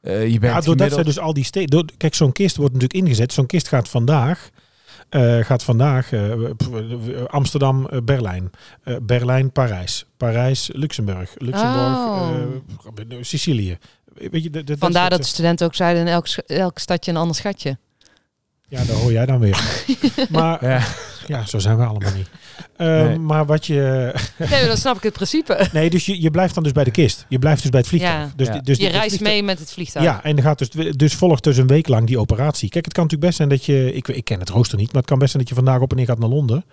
Eh, je bent Ja, doordat gemiddeld... zij dus al die steden... Door, kijk, zo'n kist wordt natuurlijk ingezet. Zo'n kist gaat vandaag... eh, gaat vandaag eh, pf, eh, Amsterdam, eh, Berlijn. Eh, Berlijn, Parijs. Parijs, Luxemburg. Luxemburg, Oh. eh, Sicilië. Weet je, dat- dat- Vandaar dat dat- de studenten ook zeiden, in elk, sch- elk stadje een (laughs) ander schatje. Ja, daar hoor jij dan weer. (laughs) maar Ja. ja, zo zijn we allemaal niet. Eh, Nee. Maar wat je... Nee, dan snap ik het principe. Nee, dus je, je blijft dan dus bij de kist. Je blijft dus bij het vliegtuig. Ja. Dus, Ja. die- dus Je die- het reist vliegtuig- mee met het vliegtuig. Ja, en er gaat dus, dus volgt dus een week lang die operatie. Kijk, het kan natuurlijk best zijn dat je... Ik, ik ken het rooster niet, maar het kan best zijn dat je vandaag op en neer gaat naar Londen.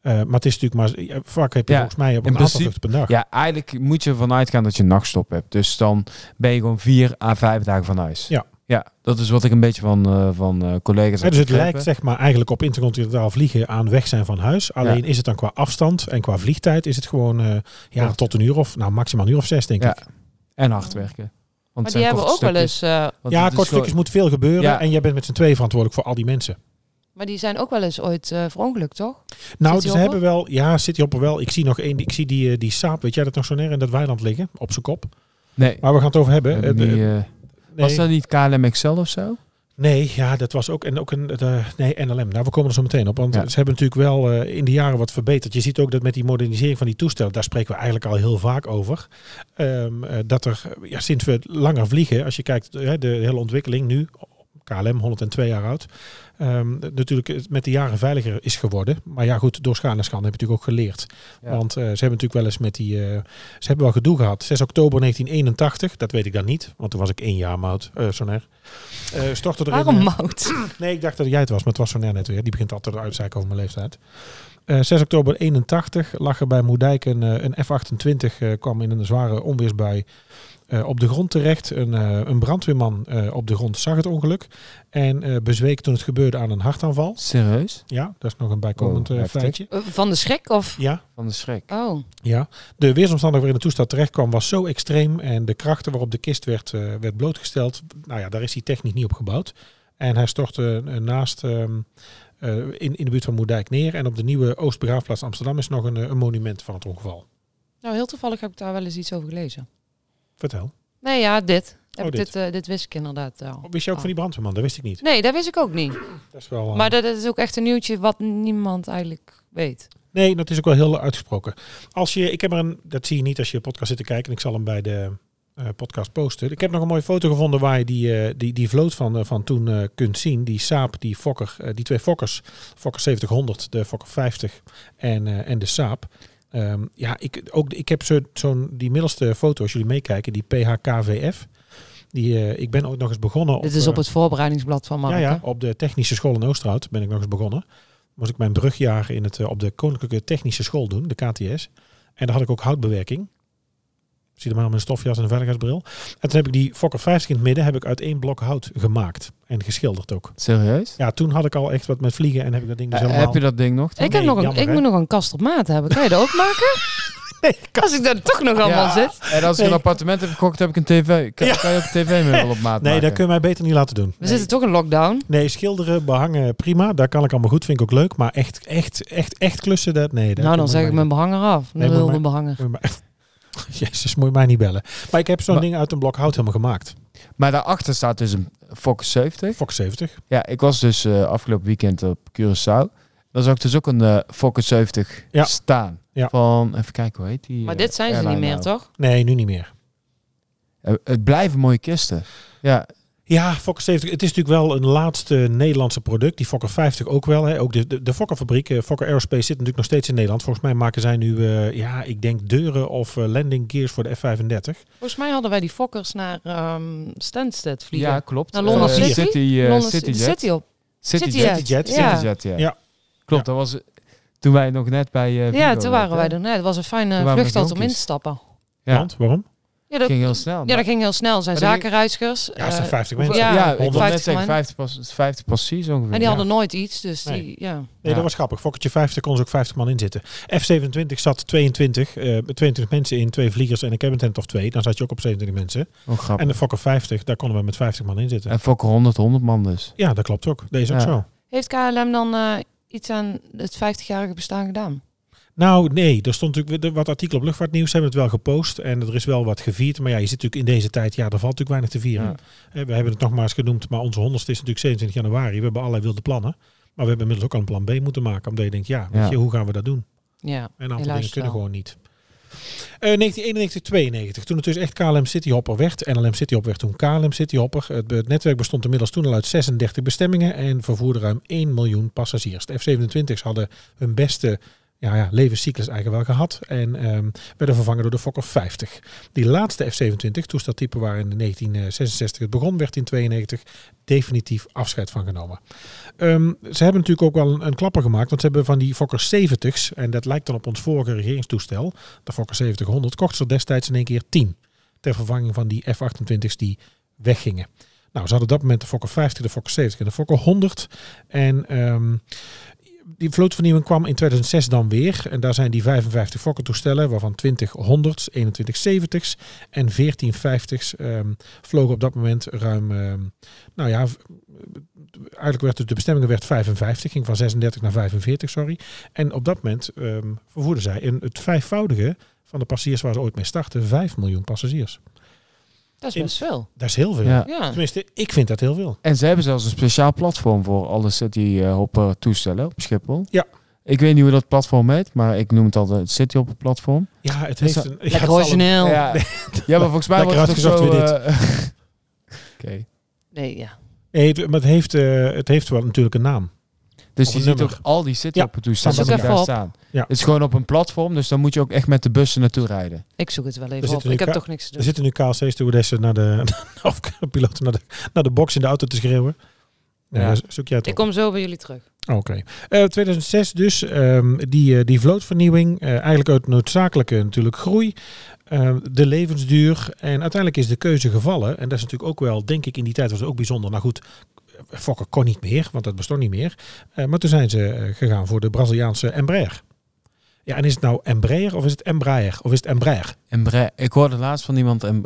Eh, maar het is natuurlijk maar... ja, Vaak heb je Ja, volgens mij op in een aantal principe- vluchten per dag. Ja, eigenlijk moet je ervan uitgaan dat je een nachtstop hebt. Dus dan ben je gewoon vier à vijf dagen van huis. Ja. Ja, dat is wat ik een beetje van, eh, van eh, collega's Ja, heb dus het begrepen. lijkt zeg maar eigenlijk op intercontinentaal vliegen aan weg zijn van huis. Alleen is het dan qua afstand en qua vliegtijd is het gewoon eh, ja, Kort. tot een uur of nou maximaal een uur of zes denk Ja, ik. En hard werken. Want het maar die zijn hebben ook korte wel stukjes. eens, eh, Want Ja, het is kort gewoon- stukjes moet veel gebeuren Ja. en jij bent met z'n tweeën verantwoordelijk voor al die mensen. maar die zijn ook wel eens ooit eh verongelukt, toch? Nou, City ze Hopper? hebben wel, ja, City Hopper wel. Ik zie nog één, ik zie die, eh, die saap, weet jij dat nog zo neer in dat weiland liggen, op zijn kop. Nee. Maar we gaan het over hebben. hebben Eh, die, eh, eh, nee. Was dat niet KLM Excel of zo? Nee, ja, dat was ook. En ook een. eh, nee, NLM. Nou, we komen er zo meteen op. Want Ja. ze hebben natuurlijk wel eh, in de jaren wat verbeterd. Je ziet ook dat met die modernisering van die toestellen. Daar spreken we eigenlijk al heel vaak over. ehm, eh, dat er. eh, Ja, sinds we langer vliegen. Als je kijkt. eh, de hele ontwikkeling nu. KLM, 102 jaar oud. ehm, natuurlijk het met de jaren veiliger is geworden. Maar ja, goed. Door schade en schande heb je natuurlijk ook geleerd. Ja. Want eh, ze hebben natuurlijk wel eens met die. eh, ze hebben wel gedoe gehad. 6 oktober 1981, dat weet ik dan niet, want toen was ik één jaar oud, eh zo'n her. Eh, stortte er Waarom een, eh, mout? nee, ik dacht dat jij het was, maar het was zo'n her net weer. Die begint altijd te uitzeiken over mijn leeftijd. Eh 6 oktober 81 lag er bij Moerdijk een, eh, een F-28, eh, kwam in een zware onweersbui eh, op de grond terecht. Een, eh, een brandweerman eh, op de grond zag het ongeluk en eh, bezweek toen het gebeurde aan een hartaanval. Serieus? Ja, dat is nog een bijkomend Oh, eh, heftig. feitje. Eh, Van de schrik of? Ja, Van de schrik. Oh, Ja, de weersomstandigheden waarin de toestel terecht kwam was zo extreem en de krachten waarop de kist werd, eh, werd blootgesteld, nou ja, daar is die technisch niet op gebouwd. En hij stortte eh, naast ehm, eh, in, in de buurt van Moerdijk neer en op de nieuwe Oostbegraafplaats Amsterdam is nog een, eh, een monument van het ongeval. nou heel toevallig heb ik daar wel eens iets over gelezen. Vertel. Nee, ja, dit. Heb Oh, ik dit. eh, dit wist ik inderdaad al. Wist je ook Ah. van die brandweerman? Dat wist ik niet. Nee, dat wist ik ook niet. Dat is wel, eh, Maar dat, dat is ook echt een nieuwtje wat niemand eigenlijk weet. Nee, dat is ook wel heel uitgesproken. Als je, ik heb er een, dat zie je niet als je podcast zit te kijken. En ik zal hem bij de eh, podcast posten. Ik heb nog een mooie foto gevonden waar je die, eh, die, die vloot van, eh, van toen eh, kunt zien. Die Saap, die Fokker, eh, die twee Fokkers. Fokker 700, de Fokker 50 en, eh, en de Saap. Ehm, ja, ik, ook, ik heb zo- zo'n, die middelste foto, als jullie meekijken, die PHKVF. Die, eh, ik ben ook nog eens begonnen dit is eh, op het voorbereidingsblad van Mark. ja, ja, hè? op de technische school in Oosterhout ben ik nog eens begonnen. Moest ik mijn brugjaar in het, eh, op de Koninklijke Technische School doen, de KTS. En daar had ik ook houtbewerking. Zie er maar mijn stofjas en een veiligheidsbril. En toen heb ik die Fokker 50 in het midden heb ik uit één blok hout gemaakt. En geschilderd ook. Serieus? Ja, toen had ik al echt wat met vliegen en heb ik dat ding dus Eh, helemaal... heb je dat ding nog? Ik, heb Nee, nog een, jammer, ik hè? moet nog een kast op maat hebben. Kan je dat ook (laughs) maken? Als ik daar toch nog allemaal zit. En Eh, als ik Nee. een appartement heb gekocht, heb ik een tv. Kan, Ja. kan je ook een tv mee wel op (laughs) maat nee, maken? dat kun je mij beter niet laten doen. We zitten toch in lockdown. Nee, schilderen, behangen, prima. Daar kan ik allemaal goed, vind ik ook leuk. Maar echt, echt, echt, echt klussen, dat, nee. dat nou, moet dan zeg mij ik mijn behanger af. Nee, Een moet wilde maar- behanger. Moet je mij- (laughs) Jezus, moet je mij niet bellen. Maar ik heb zo'n Maar- ding uit een blok hout helemaal gemaakt. Maar daarachter staat dus een Fokker 70. Fokker 70. Ja, ik was dus eh, afgelopen weekend op Curaçao. Daar zag ik dus ook een eh, Fokker 70 Ja. staan. Ja. Van, even kijken, hoe heet die? Maar eh, dit zijn ze niet airline meer, nou? toch? Nee, nu niet meer. Eh, het blijven mooie kisten. Ja, Ja, Fokker 70. Het is natuurlijk wel een laatste Nederlandse product. Die Fokker 50 ook wel. Hè. Ook de, de, de Fokker-fabriek, eh, Fokker Aerospace, zit natuurlijk nog steeds in Nederland. Volgens mij maken zij nu, eh, ja, ik denk deuren of eh, landing gears voor de F-35. Volgens mij hadden wij die fokkers naar ehm Stansted vliegen. ja klopt. Naar Londen Eh, City? City, eh, Londen City City, Jet. City op. City City Jet. Jet. Jet, Ja. City Jet, ja. Ja. Klopt, dat was eh, toen wij nog net bij... eh, Vigo Ja, toen waren werkten. wij er. Nee, het was een Toen fijne waren we vlucht altijd om in jonkies. te stappen. Ja. Want, waarom? Ja, dat, ging heel snel. ja, maar- dat ging heel snel. Er Zijn Maar dat ging- zakenreizigers. Ja, zijn eh, 50 Hoeveel- mensen. Ja, ja, ik honderd. wou net 50 zeggen, man. 50, pas, 50 precies ongeveer. en die ja. hadden nooit iets, dus Nee. die, ja. Nee, Ja. dat was grappig. Fokkertje 50 kon ze ook 50 man in zitten. F-27 zat 22, eh 22 mensen in, twee vliegers en een cabin tent of twee. Dan zat je ook op 27 mensen. Ook grappig. En de Fokker 50, daar konden we met 50 man in zitten. En Fokker 100, 100 man dus. Ja, dat klopt ook. Deze ook Ja. zo. Heeft KLM dan eh, iets aan het 50-jarige bestaan gedaan? Nou, nee, er stond natuurlijk weer wat artikelen op luchtvaartnieuws. Ze hebben het wel gepost en er is wel wat gevierd. Maar ja, je zit natuurlijk in deze tijd, ja, er valt natuurlijk weinig te vieren. Hè, We hebben het nogmaals genoemd, maar onze honderdste is natuurlijk 27 januari. We hebben allerlei wilde plannen. Maar we hebben inmiddels ook al een plan B moeten maken. Omdat je denkt, ja, weet Ja. je, hoe gaan we dat doen? En een Ja. aantal Helaas dingen kunnen wel. gewoon niet. Eh 1991, 92. Toen het dus echt KLM Cityhopper werd. NLM Cityhopper werd toen KLM Cityhopper. Het, be- het netwerk bestond inmiddels toen al uit 36 bestemmingen. En vervoerde ruim 1 miljoen passagiers. De F-27's hadden hun beste ja, ja, levenscyclus eigenlijk wel gehad. En ehm, werden vervangen door de Fokker 50. Die laatste F-27, toesteltype waar in 1966 eh, het begon, werd in 92 definitief afscheid van genomen. Ehm, ze hebben natuurlijk ook wel een, een klapper gemaakt, want ze hebben van die Fokker 70's, en dat lijkt dan op ons vorige regeringstoestel, de Fokker 7000, kochten ze er destijds in één keer 10. Ter vervanging van die F-28's die weggingen. Nou, ze hadden op dat moment de Fokker 50, de Fokker 70 en de Fokker 100. En ehm, die vlootvernieuwing kwam in 2006 dan weer. En daar zijn die 55 Fokker-toestellen, waarvan 20 100's, 21 70's en 14 50's ehm, vlogen op dat moment ruim, ehm, nou ja, eigenlijk werd het, de bestemmingen werd 55, ging van 36 naar 45, sorry. En op dat moment ehm, vervoerden zij in het vijfvoudige van de passagiers waar ze ooit mee startten, 5 miljoen passagiers. Dat In- is best veel. Dat is heel veel. Ja. Ja. Tenminste, ik vind dat heel veel. En ze hebben zelfs een speciaal platform voor alle cityhopper eh, toestellen op Schiphol. Ja. Ik weet niet hoe dat platform heet, maar ik noem het altijd het cityhopper platform. Ja, het is heeft een... ja, het Lekker zal een- origineel. (laughs) Ja. ja, maar volgens mij Lekker wordt het ook zo... uitgezocht weer eh, (laughs) Oké. Nee, ja. Nee, het- maar het heeft, eh, het heeft wel natuurlijk een naam. Dus Op je een ziet nummer. ook al die cityhopper toestellen zoek die even daar op. staan. Ja. Het is gewoon op een platform, dus dan moet je ook echt met de bussen naartoe rijden. Ik zoek het wel Er even zit op. een Ik heb ka- toch niks te Er doen. zitten nu KLC-stewardessen naar de... (laughs) of piloten naar de, naar de box in de auto te schreeuwen. Ja. Ja. zoek jij het op. Ik kom zo bij jullie (laughs) terug. Oké. Eh, 2006 dus, ehm, die, eh, die vlootvernieuwing, eh, eigenlijk uit noodzakelijke natuurlijk groei, eh, de levensduur en uiteindelijk is de keuze gevallen. En dat is natuurlijk ook wel, denk ik, in die tijd was het ook bijzonder. Nou goed, Fokker kon niet meer, want dat bestond niet meer. Eh, maar toen zijn ze eh, gegaan voor de Braziliaanse Embraer. Ja, en is het nou Embraer of is het Embraer of is het Embraer? Embraer. Ik hoorde laatst van iemand... Em-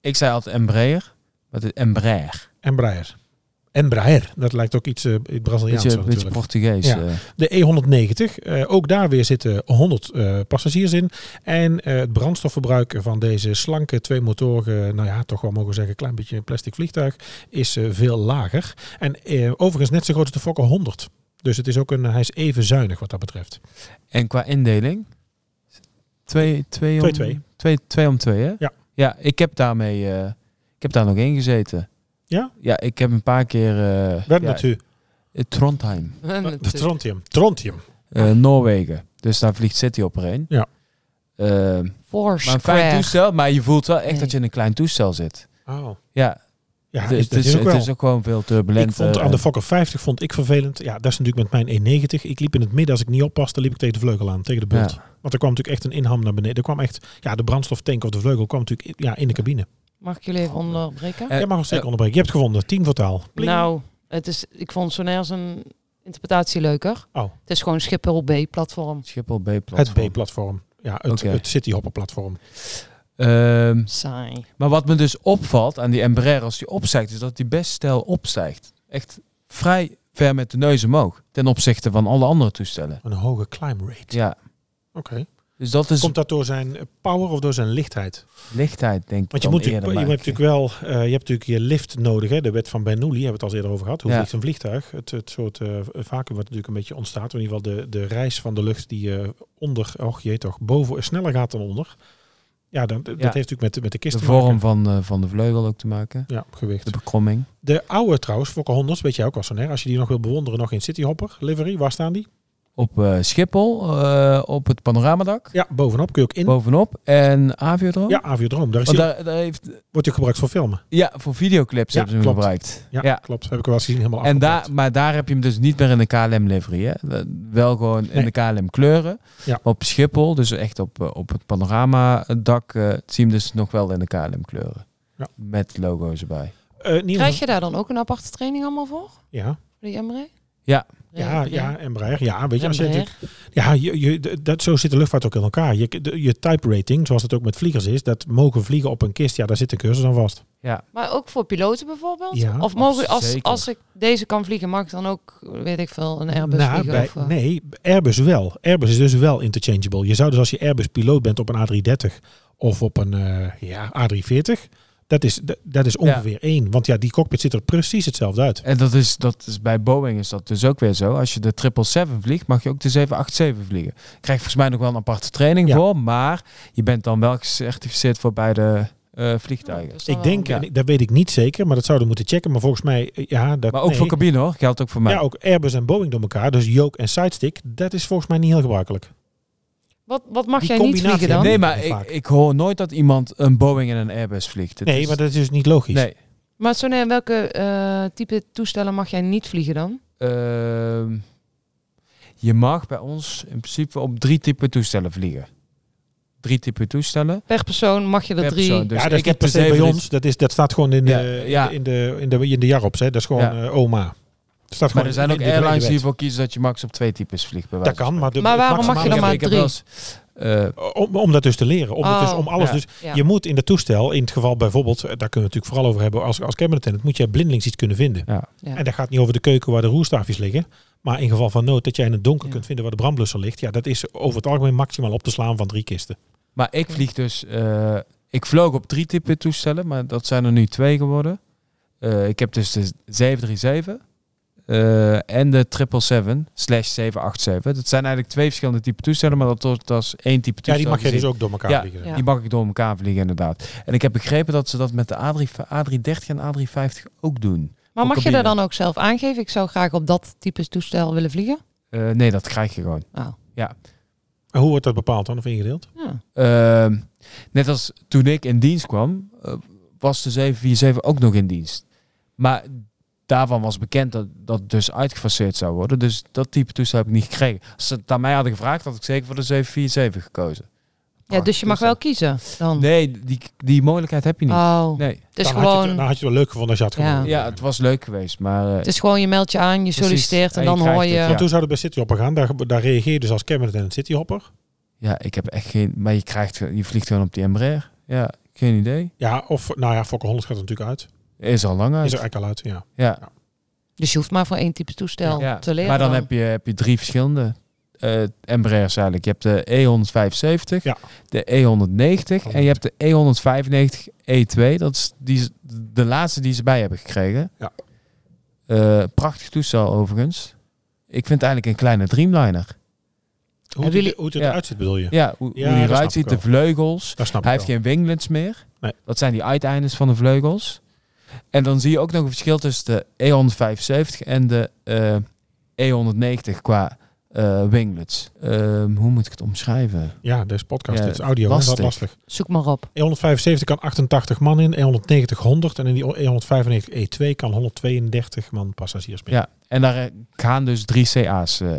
ik zei altijd Embraer, maar het is Embraer. Embraer. Embraer, dat lijkt ook iets eh Braziliaans Beetje, natuurlijk. beetje Portugees. Ja. eh. De E190, eh, ook daar weer zitten 100 eh, passagiers in. En eh, het brandstofverbruik van deze slanke twee motoren, nou ja, toch wel mogen we zeggen, klein beetje een plastic vliegtuig, is eh, veel lager. En eh, overigens net zo groot als de Fokker 100. Dus het is ook een, hij is even zuinig wat dat betreft. En qua indeling? 2 twee om 2 Twee-twee. om 2, hè? Ja. Ja, ik heb daarmee... eh, ik heb daar nog in gezeten. Ja? Ja, ik heb een paar keer... eh Werd ja, natuurlijk eh, Trondheim, de Trontium. Trontium. eh, Noorwegen. Dus daar vliegt City op erheen. Ja. Eh, maar Foursquare. een fijn toestel, maar je voelt wel echt Nee. dat je in een klein toestel zit. Oh. Ja, Ja, het, is, het dat is, is ook het wel. is ook gewoon veel turbulent. eh, Ik vond aan de Fokker 50 vond ik vervelend. Ja, dat is natuurlijk met mijn E90. Ik liep in het midden, als ik niet oppaste, liep ik tegen de vleugel aan, tegen de bult. Want er kwam natuurlijk echt een inham naar beneden. Er kwam echt, ja, de brandstoftank of de vleugel kwam natuurlijk in- ja, in de cabine. Mag ik jullie even onderbreken? Eh, Jij mag ons zeker onderbreken. Je hebt het gevonden, tien voor taal. Pling. Nou, het is, ik vond Sonair zijn interpretatie leuker. Oh. Het is gewoon Schiphol B-platform. eh, Schiphol B-platform. het B-platform. Ja, het, Oké. het Cityhopper-platform. Ehm, Saai. Maar wat me dus opvalt aan die Embraer als die opstijgt, is dat die best stijl opstijgt. Echt vrij ver met de neus omhoog ten opzichte van alle andere toestellen. Een hoge climb rate. Ja, Oké. dus dat is Komt dat door zijn power of door zijn lichtheid? lichtheid, denk ik. Want je, dan moet, natuurlijk- eerder je hebt maken. natuurlijk wel eh, je hebt natuurlijk je lift nodig. Hè? De wet van Bernoulli hebben we het al eerder over gehad. Hoe Ja. vliegt een vliegtuig? Het, het soort eh, vacuüm wat natuurlijk een beetje ontstaat. In ieder geval de, de reis van de lucht die eh, onder, och jee toch, boven sneller gaat dan onder. Ja, dan, dat heeft natuurlijk met, de- met de kist de te maken. vorm van, eh, van de vleugel ook te maken. Ja, gewicht. De bekromming. De oude trouwens, Fokker 100, weet jij ook wel zo'n hè? Als je die nog wil bewonderen, nog in Cityhopper livery, waar staan die? op eh, Schiphol, eh, op het panoramadak, Ja, bovenop kun je ook in. bovenop. En Aviodroom? Hm? Ja, Aviodroom. Daar, is Want die- daar, daar heeft, wordt je gebruikt voor filmen. ja, voor videoclips Ja, hebben ze hem klopt. gebruikt. Ja, Ja. klopt. Heb ik wel eens gezien. Helemaal En afgebrand. daar, maar daar heb je hem dus niet meer in de KLM livery. Hè? Wel gewoon in de KLM kleuren. Ja. Op Schiphol, dus echt op, eh, op het panoramadak, eh zie je hem dus nog wel in de KLM kleuren. Ja. Met logo's erbij. Eh, in ieder geval- Krijg je daar dan ook een aparte training allemaal voor? Ja, Voor die MRE? Ja. ja, ja, en Breyer. Ja, weet je, als je, Embraer. Ja, je, je, d- dat, zo zit de luchtvaart ook in elkaar. Je, de- je type rating, zoals het ook met vliegers is, dat mogen vliegen op een kist, ja, daar zit een cursus aan vast. Maar ook voor piloten bijvoorbeeld? Ja, of mogen, als, zeker. als ik deze kan vliegen, mag ik dan ook, weet ik veel, een Airbus Nou, vliegen? bij- of, eh, nee, Airbus wel. Airbus is dus wel interchangeable. Je zou dus als je Airbus piloot bent op een A330 of op een eh, ja, A340, dat is, dat, dat is ongeveer één. Want ja, die cockpit ziet er precies hetzelfde uit. En dat is, dat is bij Boeing is dat dus ook weer zo. Als je de 777 vliegt, mag je ook de 787 vliegen. Krijg volgens mij nog wel een aparte training Ja. voor, maar je bent dan wel gecertificeerd voor beide eh, vliegtuigen. dus dan Ik wel. denk, Ja. en ik- dat weet ik niet zeker, maar dat zouden we moeten checken. Maar volgens mij, eh, ja, dat. Maar ook nee. voor cabine hoor, geldt ook voor mij. Ja, ook Airbus en Boeing door elkaar, dus yoke en sidestick, dat is volgens mij niet heel gebruikelijk. Wat, wat mag die jij niet combinatie vliegen dan? hebben nee, niet maar heel ik, vaak. ik hoor nooit dat iemand een Boeing en een Airbus vliegt. Het nee, is- maar dat is dus niet logisch. Nee. Maar zo, nee, welke eh, type toestellen mag jij niet vliegen dan? Ehm, je mag bij ons in principe op drie typen toestellen vliegen. Drie typen toestellen. Per persoon mag je er per drie. persoon. Dus ja, dat is ik niet heb per de se bij 737 ons. Dat, is, dat staat gewoon in de, in Ja, ja. de- In, de, in, de, in de Jarops. Hè. Dat is gewoon Ja. eh, oma. Dat staat Maar gewoon er zijn in ook de brede airlines die wet. ervoor kiezen dat je max op twee types vliegt. bij Dat wijze van kan, maar... De, Maar het waarom mag je dan maximale- maar Ik heb drie? wel eens, eh, Om, om dat dus te leren. Om, dat dus, Oh, om alles ja. dus... Ja. Je moet in dat toestel, in het geval bijvoorbeeld... eh, Daar kunnen we het natuurlijk vooral over hebben als, als cabinet tenant. Moet jij blindelings iets kunnen vinden. ja. Ja. En dat gaat niet over de keuken waar de roerstaafjes liggen. Maar in geval van nood dat jij in het donker Ja. kunt vinden waar de brandblusser ligt. Ja, dat is over het algemeen maximaal op te slaan van drie kisten. Maar ik vlieg dus... eh, ik vloog op drie typen toestellen, maar dat zijn er nu twee geworden. Eh, ik heb dus de 737 eh, en de 777 slash 787. Dat zijn eigenlijk twee verschillende typen toestellen, maar dat wordt als één type Ja, toestel. die mag je gezien. dus ook door elkaar Ja. vliegen. Ja. Die mag ik door elkaar vliegen, inderdaad. En ik heb begrepen dat ze dat met de A3, A330 en A350 ook doen. Maar mag je cabine. daar dan ook zelf aangeven? Ik zou graag op dat type toestel willen vliegen. Eh, nee, dat krijg je gewoon. Nou, En hoe wordt dat bepaald dan of ingedeeld? ja. Ehm, net als toen ik in dienst kwam, eh, was de 747 ook nog in dienst. Maar daarvan was bekend dat dat dus uitgefaseerd zou worden. Dus dat type toestel heb ik niet gekregen. Als ze het aan mij hadden gevraagd, had ik zeker voor de 747 gekozen. ja, dus je mag wel kiezen dan. Nee, die, die mogelijkheid heb je niet. Oh, Nee. het dan, is had je, gewoon... het- dan had je het wel leuk gevonden als je had Ja. gewonnen. Ja, het was leuk geweest, maar... eh, Het is gewoon, je meldt je aan, je Precies. solliciteert en En je dan hoor krijgt je... het, En ja. toen zouden we bij Cityhopper gaan. Daar, daar reageer je dus als cabinet en Cityhopper. Ja, ik heb echt geen. Maar je krijgt, ge- je vliegt gewoon op die Embraer. Ja, geen idee. Ja, of nou ja, Fokker 100 gaat er natuurlijk uit. Is al lang uit. Is er eigenlijk al uit, ja. ja. Dus je hoeft maar voor één type toestel ja. te leren. Maar dan heb je, heb je drie verschillende eh Embraers eigenlijk. Je hebt de E175, Ja. Oh, de E190 en je hebt de E E195 E2. Dat is die, ze- de laatste die ze bij hebben gekregen. Ja. Eh, prachtig toestel overigens. Ik vind het eigenlijk een kleine Dreamliner. Hoe, het, Hebben jullie- hoe het eruit ziet bedoel je? Ja, hoe, Ja, hoe die dat snap eruit ik ziet, wel. de vleugels. Dat snap Hij ik heeft geen winglets meer. Nee. Dat zijn die uiteindes van de vleugels. En dan zie je ook nog een verschil tussen de E175 en de eh, E190 qua eh, winglets. Ehm, hoe moet ik het omschrijven? wel. Ja, deze podcast, Ja, dit is audio, lastig. dat is lastig. lastig. Zoek maar op. 175 kan 88 man in, 190 100 en in die E 195 E2 kan 132 man passagiers mee. Ja, en daar eh, gaan dus drie CA's eh,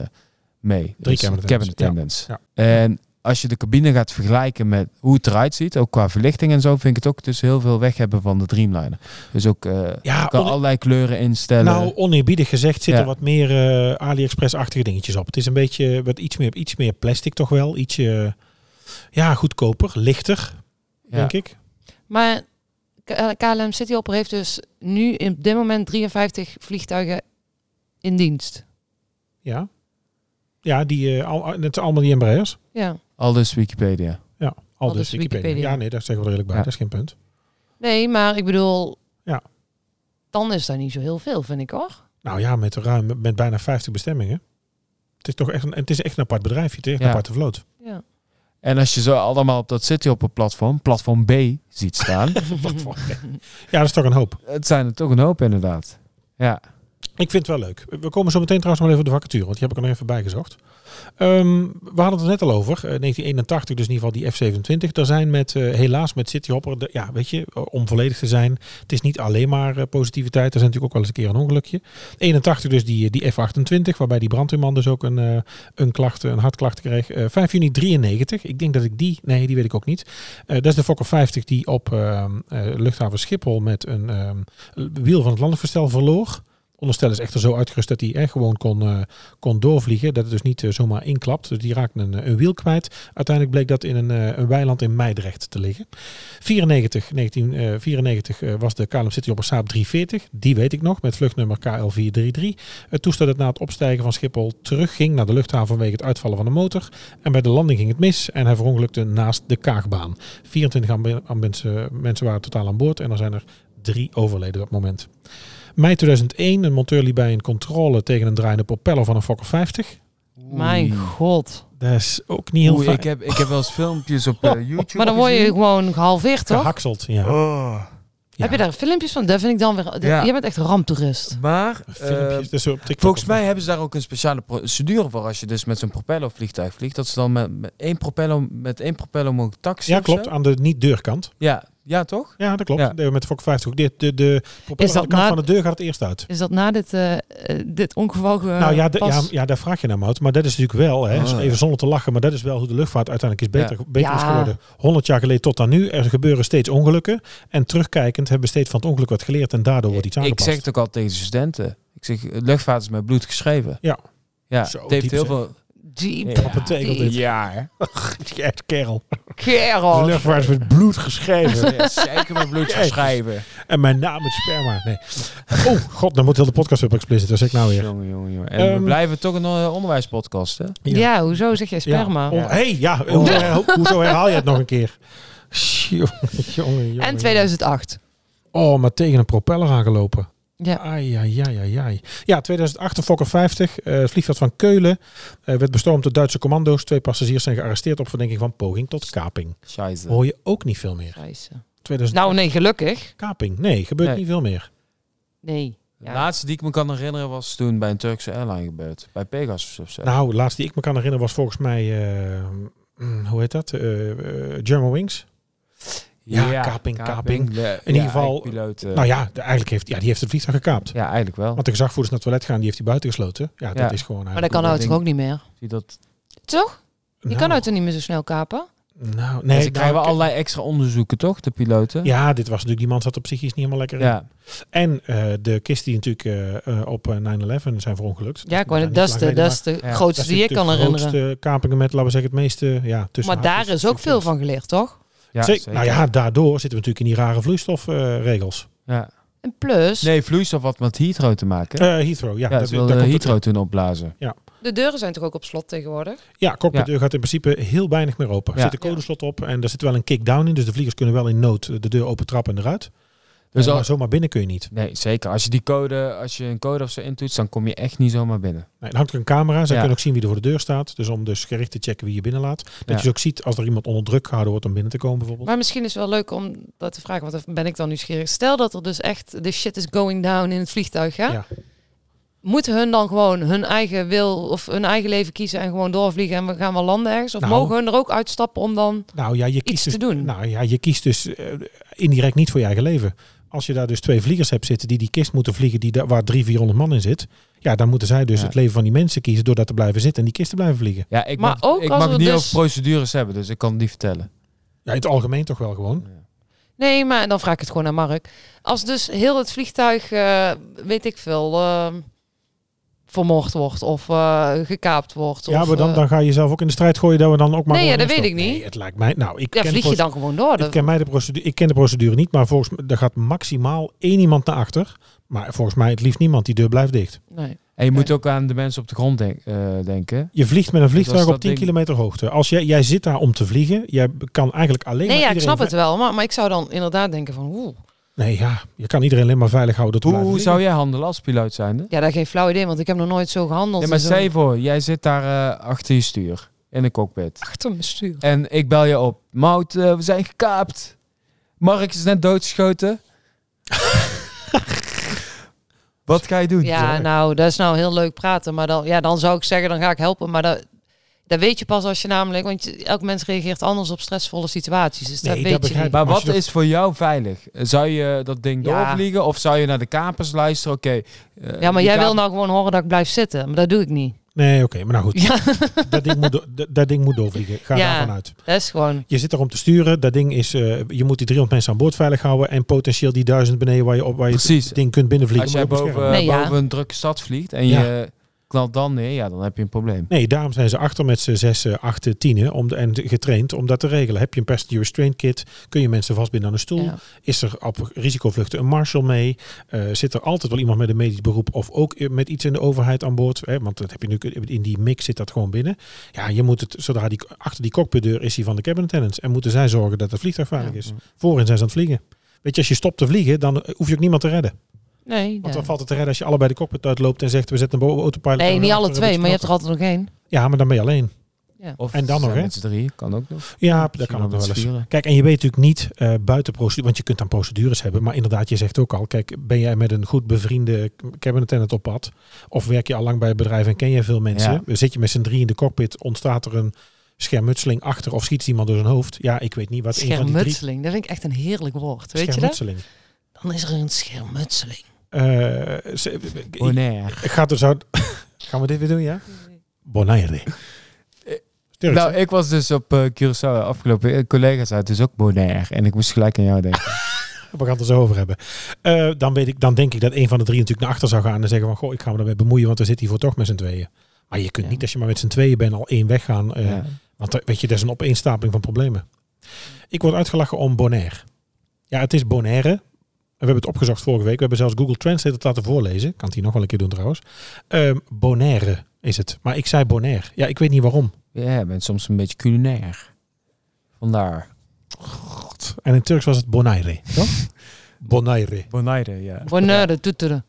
mee. Drie Dus cabinet cabinet attendants, attendants. ja, En als je de cabine gaat vergelijken met hoe het eruit ziet, ook qua verlichting en zo, vind ik het ook dus heel veel weg hebben van de Dreamliner. Dus ook eh, Ja, kan on- allerlei kleuren instellen. nou oneerbiedig gezegd zitten Ja. wat meer eh, AliExpress-achtige dingetjes op. Het is een beetje wat iets meer, iets meer plastic toch wel, ietsje ja, goedkoper, lichter, Ja. denk ik. Maar K- KLM Cityhopper heeft dus nu in- op dit moment 53 vliegtuigen in dienst. Ja. Ja, die, eh, al, al- het zijn allemaal die Embraers. Ja. Al dus Wikipedia. Ja, Oh, al, Al dus dus Wikipedia. Wikipedia. Ja, nee, daar zeggen we er eerlijk bij. Ja. Dat is geen punt. Nee, maar ik bedoel... Ja. Dan is daar niet zo heel veel, vind ik hoor. Nou ja, met, ruim, met bijna 50 bestemmingen. Het is toch echt een, het is echt een apart bedrijfje. Het is echt een Ja. aparte (laughs) vloot. Ja. En als je zo allemaal op dat cityhopper platform, platform B, ziet (laughs) staan, Ja, dat is toch een hoop. het zijn er toch een hoop inderdaad. Ja, Ik vind het wel leuk. We komen zo meteen trouwens nog wel even op de vacature, want die heb ik er nog even bijgezocht. Ehm, we hadden het er net al over, eh, 1981, dus in ieder geval die F-27. Daar zijn met, eh, helaas met Cityhopper, de- ja, weet je, eh, om volledig te zijn, het is niet alleen maar eh, positiviteit. Er zijn natuurlijk ook wel eens een keer een ongelukje. 81 dus die, die F-28, waarbij die brandweerman dus ook een, eh, een, klacht, een hartklacht kreeg. Eh 5 juni 93, ik denk dat ik die, nee, die weet ik ook niet. Eh, dat is de Fokker 50 die op ehm, eh, luchthaven Schiphol met een ehm, wiel van het landingsverstel verloor. Onderstel is echter zo uitgerust dat hij eh, gewoon kon, eh, kon doorvliegen. Dat het dus niet eh, zomaar inklapt. Dus die raakte een, eh, een wiel kwijt. Uiteindelijk bleek dat in een, eh, een weiland in Meidrecht te liggen. 94, 1994 eh, was de KLM City op een Saab 340. Die weet ik nog, met vluchtnummer KL433. Het toestel dat na het opstijgen van Schiphol terugging naar de luchthaven vanwege het uitvallen van de motor. En bij de landing ging het mis en hij verongelukte naast de Kaagbaan. 24 ambu- ambulance- mensen waren totaal aan boord en er zijn er drie overleden op dat moment. Mei 2001, een monteur liep bij een controle tegen een draaiende propeller van een Fokker 50. Mijn god. Dat is ook niet heel Oh, Oei, fijn. ik heb, ik heb wel eens filmpjes op eh, YouTube Maar dan word je gezien. gewoon gehalveerd, toch? Gehakseld, ja. Oh. Ja. Heb je daar filmpjes van? Dat vind ik dan weer... Ja. Je bent echt een ramptoerist. Maar eh, Filmpjes, dus op TikTok volgens of- mij hebben ze daar ook een speciale procedure voor. Als je dus met zo'n propellervliegtuig vliegt, dat ze dan met, met één propeller met één propeller mogen taxen. Ja, of zo. klopt. Aan de niet-deurkant. Ja, ja toch? Ja, dat klopt. Ja. Dat hebben we Met Fokker 50 ook. De, de, de propeller Is dat aan de kant na- van de deur gaat het eerst uit. Is dat na dit, eh, eh, dit ongeval ge- nou ja, de- pas- ja, ja, daar vraag je naar, Mout. Maar dat is natuurlijk wel, hè, Eh, Ah. dus even zonder te lachen, maar dat is wel hoe de luchtvaart uiteindelijk is beter, beter is Ja. geworden. 100 jaar geleden tot aan nu, er gebeuren steeds ongelukken. En terugkijkend hebben we steeds van het ongeluk wat geleerd en daardoor wordt iets ik aangepast. zeg het ook al tegen de studenten. Ik zeg, luchtvaart is met bloed geschreven. Ja. Ja, Zo, het heeft diep heel zeg. veel... Jeep. Wat betekent dit? Ja, hè? (laughs) Ja, kerel. De Kerel. luchtvaart is met bloed geschreven. Ja, zeker met bloed Jezus. geschreven. (laughs) en mijn naam is sperma. Nee. Oh, god, dan moet heel de podcast op explicit. Dat zeg ik nou weer. Jongen, jongen, jongen. En Ehm, we blijven toch een eh, onderwijspodcast, hè? Ja. hoezo zeg jij sperma? Ja. Hé, Oh, hey, ja. Hoe, herhaal- hoezo herhaal je het nog een keer? (laughs) Jongen, jongen, jongen. en 2008. Oh, maar tegen een propeller aangelopen. Ja. Ai, ai, ai, ai, ai. Ja, 2008, een Fokker 50. eh, het vliegveld van Keulen eh, werd bestormd door Duitse commando's. Twee passagiers zijn gearresteerd op verdenking van poging tot kaping. Scheiße. Hoor je ook niet veel meer. Grijze. 2008, Nou nee, gelukkig. kaping. Nee, gebeurt Nee. niet veel meer. Nee. De Ja. laatste die ik me kan herinneren was toen bij een Turkse airline gebeurd. Bij Pegasus of zo. Nou, de laatste die ik me kan herinneren was volgens mij... eh, mm, hoe heet dat? Eh eh, German Wings. ja, kaping, kaping. Ja, In ieder geval- Piloot, Nou ja, de- eigenlijk heeft, ja, die heeft het vliegtuig gekaapt. Ja, eigenlijk wel. Want de gezagvoerders naar het toilet gaan, die heeft hij buiten gesloten. Ja, dat Ja. is gewoon Maar dat eigenlijk... kan nou ding. toch ook niet meer? Zie dat, Toch? Je kan nou uit. toch niet meer zo snel kapen? Nou, nee, nee, ze nou, krijgen wel allerlei extra onderzoeken, toch? De piloten. Ja, dit was natuurlijk, die man zat op psychisch niet helemaal lekker in. Ja. En eh, de kist die natuurlijk eh, eh, op eh, 9-11 zijn verongelukt. Ja, ik wou net- niet dat is lang de, geleden, dat is de Ja, maar dat grootste is die ik natuurlijk kan de herinneren. grootste kapingen met, laten we zeggen, het meeste... Ja, tussen Maar daar haakjes is ook veel natuurlijk. van geleerd, toch? ja Zeker. zeker. Nou ja, daardoor zitten we natuurlijk in die rare vloeistofregels. Ja. En plus, Nee, vloeistof had met Heathrow te maken. Eh Heathrow, ja. ja, dat- ze wilden daar komt het- Heathrow toen opblazen. de deuren zijn toch ook op slot tegenwoordig? Ja, cockpitdeur gaat in principe heel weinig meer open. Er Ja. zit een codeslot op en er zit wel een kick-down in. Dus de vliegers kunnen wel in nood de deur open trappen en eruit. Dus Eh, al- maar zomaar binnen kun je niet. Nee, zeker. Als je die code, als je een code of zo intoetst, dan kom je echt niet zomaar binnen. Nee, dan hangt er een camera. Zij Ja. kunnen ook zien wie er voor de deur staat. Dus om dus gericht te checken wie je binnenlaat. Dat Ja. je ze ook ziet als er iemand onder druk gehouden wordt om binnen te komen bijvoorbeeld. Maar misschien is het wel leuk om dat te vragen, want dan ben ik dan nieuwsgierig. Stel dat er dus echt de shit is going down in het vliegtuig, hè? Ja. Moeten hun dan gewoon hun eigen wil of hun eigen leven kiezen en gewoon doorvliegen en we gaan wel landen ergens? Of Nou. mogen hun er ook uitstappen om dan... nou ja, je kiest iets dus, te doen. Nou ja, je kiest dus eh, indirect niet voor je eigen leven. Als je daar dus twee vliegers hebt zitten die die kist moeten vliegen die daar, waar drie, 400 man in zit. Ja, dan moeten zij dus Ja. het leven van die mensen kiezen door daar te blijven zitten en die kist te blijven vliegen. Ja, ik Maar mag, ook ik als mag we het niet dus- over procedures hebben, dus ik kan het niet vertellen. Ja, in het algemeen toch wel gewoon. Nee, maar dan vraag ik het gewoon aan Mark. Als dus heel het vliegtuig, eh, weet ik veel, eh, vermoord wordt of eh, gekaapt wordt. Ja, of, maar dan, eh, dan ga je jezelf ook in de strijd gooien dat we dan ook maar... Nee, ja, gewoon dat weet eerst ik op- niet. Nee, het lijkt mij... Nou, ik ja, ken vlieg je proce- dan gewoon door. Ik ken, mij de procedure, ik ken de procedure niet, maar volgens mij er gaat maximaal één iemand naar achter. Maar volgens mij het liefst niemand, die deur blijft dicht. Nee. En je moet Nee. ook aan de mensen op de grond denk- eh, denken. Je vliegt met een vliegtuig dat op 10 ding- kilometer hoogte. Als jij, jij zit daar om te vliegen, jij kan eigenlijk alleen nee, maar ja, ik iedereen snap het wel, maar, maar ik zou dan inderdaad denken van, oeh. ve- Nee, ja, je kan iedereen alleen maar veilig houden. Hoe, Hoe, hoe zou jij handelen als piloot zijnde? Ja, dat geen flauw idee, want ik heb nog nooit zo gehandeld. Nee, maar Dus stel je dan- voor, jij zit daar eh, achter je stuur in een cockpit. Achter me stuur. En ik bel je op. Mout, eh, we zijn gekaapt. Mark is net doodgeschoten. Wat ga je doen? Ja, nou, dat is nou heel leuk praten. Maar dan, ja, dan zou ik zeggen, dan ga ik helpen. Maar dat, dat weet je pas als je namelijk... Want je- elk mens reageert anders op stressvolle situaties. Dus Nee, dat dat weet je begrijp niet. ik. Maar Als wat je dat- is voor jou veilig? Zou je dat ding Ja. doorvliegen of zou je naar de kapers luisteren? Oké. eh, Ja, maar die jij kap- wil nou gewoon horen dat ik blijf zitten. Maar dat doe ik niet. Nee, oké, maar nou goed. Ja, Dat ding moet, do- dat- dat ding moet doorvliegen. Ga Ja. daarvan uit. dat is gewoon... Je zit er om te sturen. Dat ding is, eh, je moet die 300 mensen aan boord veilig houden. En potentieel die 1000 beneden waar je, op, waar je Precies. het ding kunt binnenvliegen. Als jij moet je boven, beschermen. Nee, ja. boven een drukke stad vliegt en Ja. je knalt dan neer, ja, dan heb je een probleem. Nee, daarom zijn ze achter met z'n zes, eh, acht, tienen om de, en getraind om dat te regelen. Heb je een passenger restraint kit, kun je mensen vastbinden aan een stoel. Ja. Is er op risicovluchten een marshal mee? Eh, zit er altijd wel iemand met een medisch beroep of ook eh, met iets in de overheid aan boord? Hè? Want dat heb je nu, in die mix zit dat gewoon binnen. Ja, je moet het, zodra die, achter die cockpitdeur is die van de cabin attendants. En moeten zij zorgen dat het vliegtuig veilig Ja. is. Voorin zijn ze aan het vliegen. Weet je, als je stopt te vliegen, dan eh, hoef je ook niemand te redden. Nee, Want nee. dan valt het te redden als je allebei de cockpit uitloopt en zegt, we zetten een bo- autopilot. nee en we niet gaan alle achter een twee, maar je hebt beetje er altijd nog één. knoppen. Ja, maar dan ben je alleen. Of En dan nog, hè? Met z'n drieën kan ook nog. Ja, dat Misschien kan ook nog wel wel met eens. vieren. Kijk, en je weet natuurlijk niet eh, buiten procedure, want je kunt dan procedures hebben. Maar inderdaad, je zegt ook al, kijk, ben jij met een goed bevriende cabinet tenant op pad? Of werk je al lang bij het bedrijf en ken je veel mensen? Zit je met z'n drie in de cockpit, ontstaat er een schermutseling achter of schiet iemand door zijn hoofd? Ja, ik weet niet wat een van die drie... Schermutseling. Dat vind ik echt een heerlijk woord. Weet je dat? Schermutseling. Dan is er een schermutseling. Eh, ze- Oh nee, ja. Gaat er zo... (laughs) Gaan we dit weer doen, ja? Bonaire. Sterk, Nou, ik was dus op eh, Curaçao afgelopen. eh, collega's uit, dus ook Bonaire. En ik moest gelijk aan jou denken. We gaan het er zo over hebben. Eh, dan, weet ik, dan denk ik dat een van de drie natuurlijk naar achter zou gaan en zeggen van, goh, ik ga me daarmee bemoeien, want we zitten hiervoor toch met z'n tweeën. Maar je kunt Ja. niet als je maar met z'n tweeën bent al één weggaan. eh, Ja. Want eh, weet je, dat is een opeenstapeling van problemen. Ik word uitgelachen om Bonaire. Ja, het is Bonaire. We hebben het opgezocht vorige week. We hebben zelfs Google Translate het laten voorlezen. Kan het hier nog wel een keer doen trouwens. Ehm, Bonaire is het. Maar ik zei Bonaire. Ja, ik weet niet waarom. Ja, je bent soms een beetje culinair. Vandaar. En in Turks was het Bonaire. toch? Bonaire. Bonaire, ja. Bonheure, toeteren.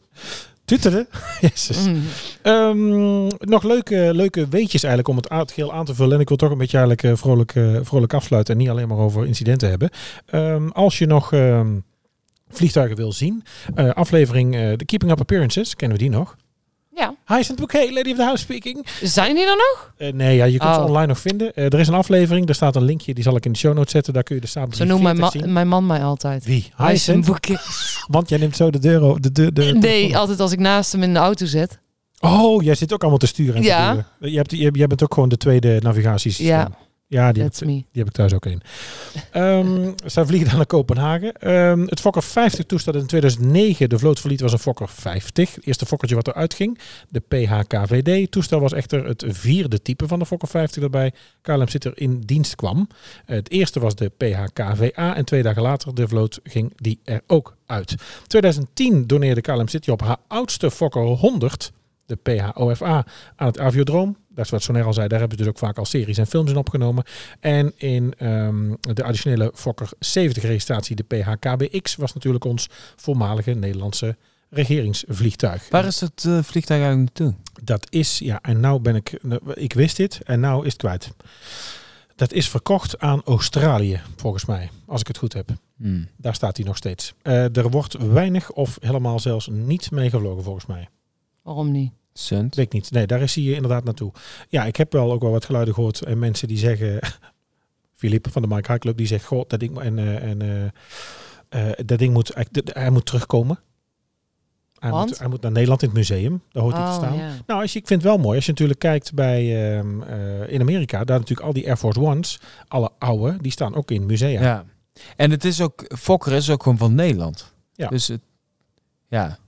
Tutteren. (laughs) Jezus. Mm. Ehm, nog leuke, leuke weetjes eigenlijk om het a- het geheel aan te vullen. En ik wil toch een beetje eigenlijk eh, vrolijk, eh, vrolijk afsluiten. En niet alleen maar over incidenten hebben. Ehm, als je nog ehm, vliegtuigen wil zien. eh, aflevering eh The Keeping Up Appearances. Kennen we die nog? Ja. Hi, is in het boek. Hey, Lady of the House speaking. Zijn die er nog? Eh, nee, ja, je kunt ze Oh. online nog vinden. Eh, er is een aflevering. Daar staat een linkje. Die zal ik in de show notes zetten. Daar kun je de staat Zo noemt mijn, ma- 43 zien. mijn man mij altijd. Wie? Hij is een Hyacinth? boekje. Want jij neemt zo de deur... o- De, de, de, Nee, altijd als ik naast hem in de auto zit. Oh, jij zit ook allemaal te sturen. En Ja. ja. Je hebt, je, jij bent ook gewoon de tweede eh, navigatiesysteem. Ja. Ja, die heb, That's me. die heb ik thuis ook een. Ehm (laughs) zij vliegen dan naar Kopenhagen. Ehm, het Fokker 50 toestel dat in 2009 de vloot verliet was een Fokker 50. Het eerste Fokkertje wat eruit ging. De PHKVD. Het toestel was echter het vierde type van de Fokker 50 dat bij KLM Sitter in dienst kwam. Het eerste was de PHKVA en twee dagen later de vloot ging die er ook uit. 2010 doneerde KLM City op haar oudste Fokker 100, de PHOFA, aan het Aviodroom. Dat is wat Soner al zei, daar hebben ze dus ook vaak al series en films in opgenomen. En in ehm, de additionele Fokker 70 registratie, de PHKBX, was natuurlijk ons voormalige Nederlandse regeringsvliegtuig. Waar is het eh, vliegtuig eigenlijk naartoe? Dat is, ja, en nou ben ik, ik wist dit en nou is het kwijt. Dat is verkocht aan Australië, volgens mij, als ik het goed heb. Hmm. Daar staat hij nog steeds. Eh, er wordt weinig of helemaal zelfs niet mee gevlogen, volgens mij. Waarom niet? Sunt. Weet ik niet. Nee, daar is hij eh, inderdaad naartoe. Ja, ik heb wel ook wel wat geluiden gehoord. En mensen die zeggen... (laughs) Filip van de Mike High Club, die zegt... Goh, dat ding, mo- en, eh, en, eh, eh, dat ding moet, eigenlijk- d- d- hij moet terugkomen. Hij Want? moet, hij moet naar Nederland in het museum. Daar hoort hij te staan. Oh, ja. Nou, als je, ik vind het wel mooi. Als je natuurlijk kijkt bij ehm, eh, in Amerika, daar natuurlijk al die Air Force Ones, alle oude, die staan ook in musea. Ja. En het is ook, Fokker is ook gewoon van Nederland. Ja. Dus het, ja.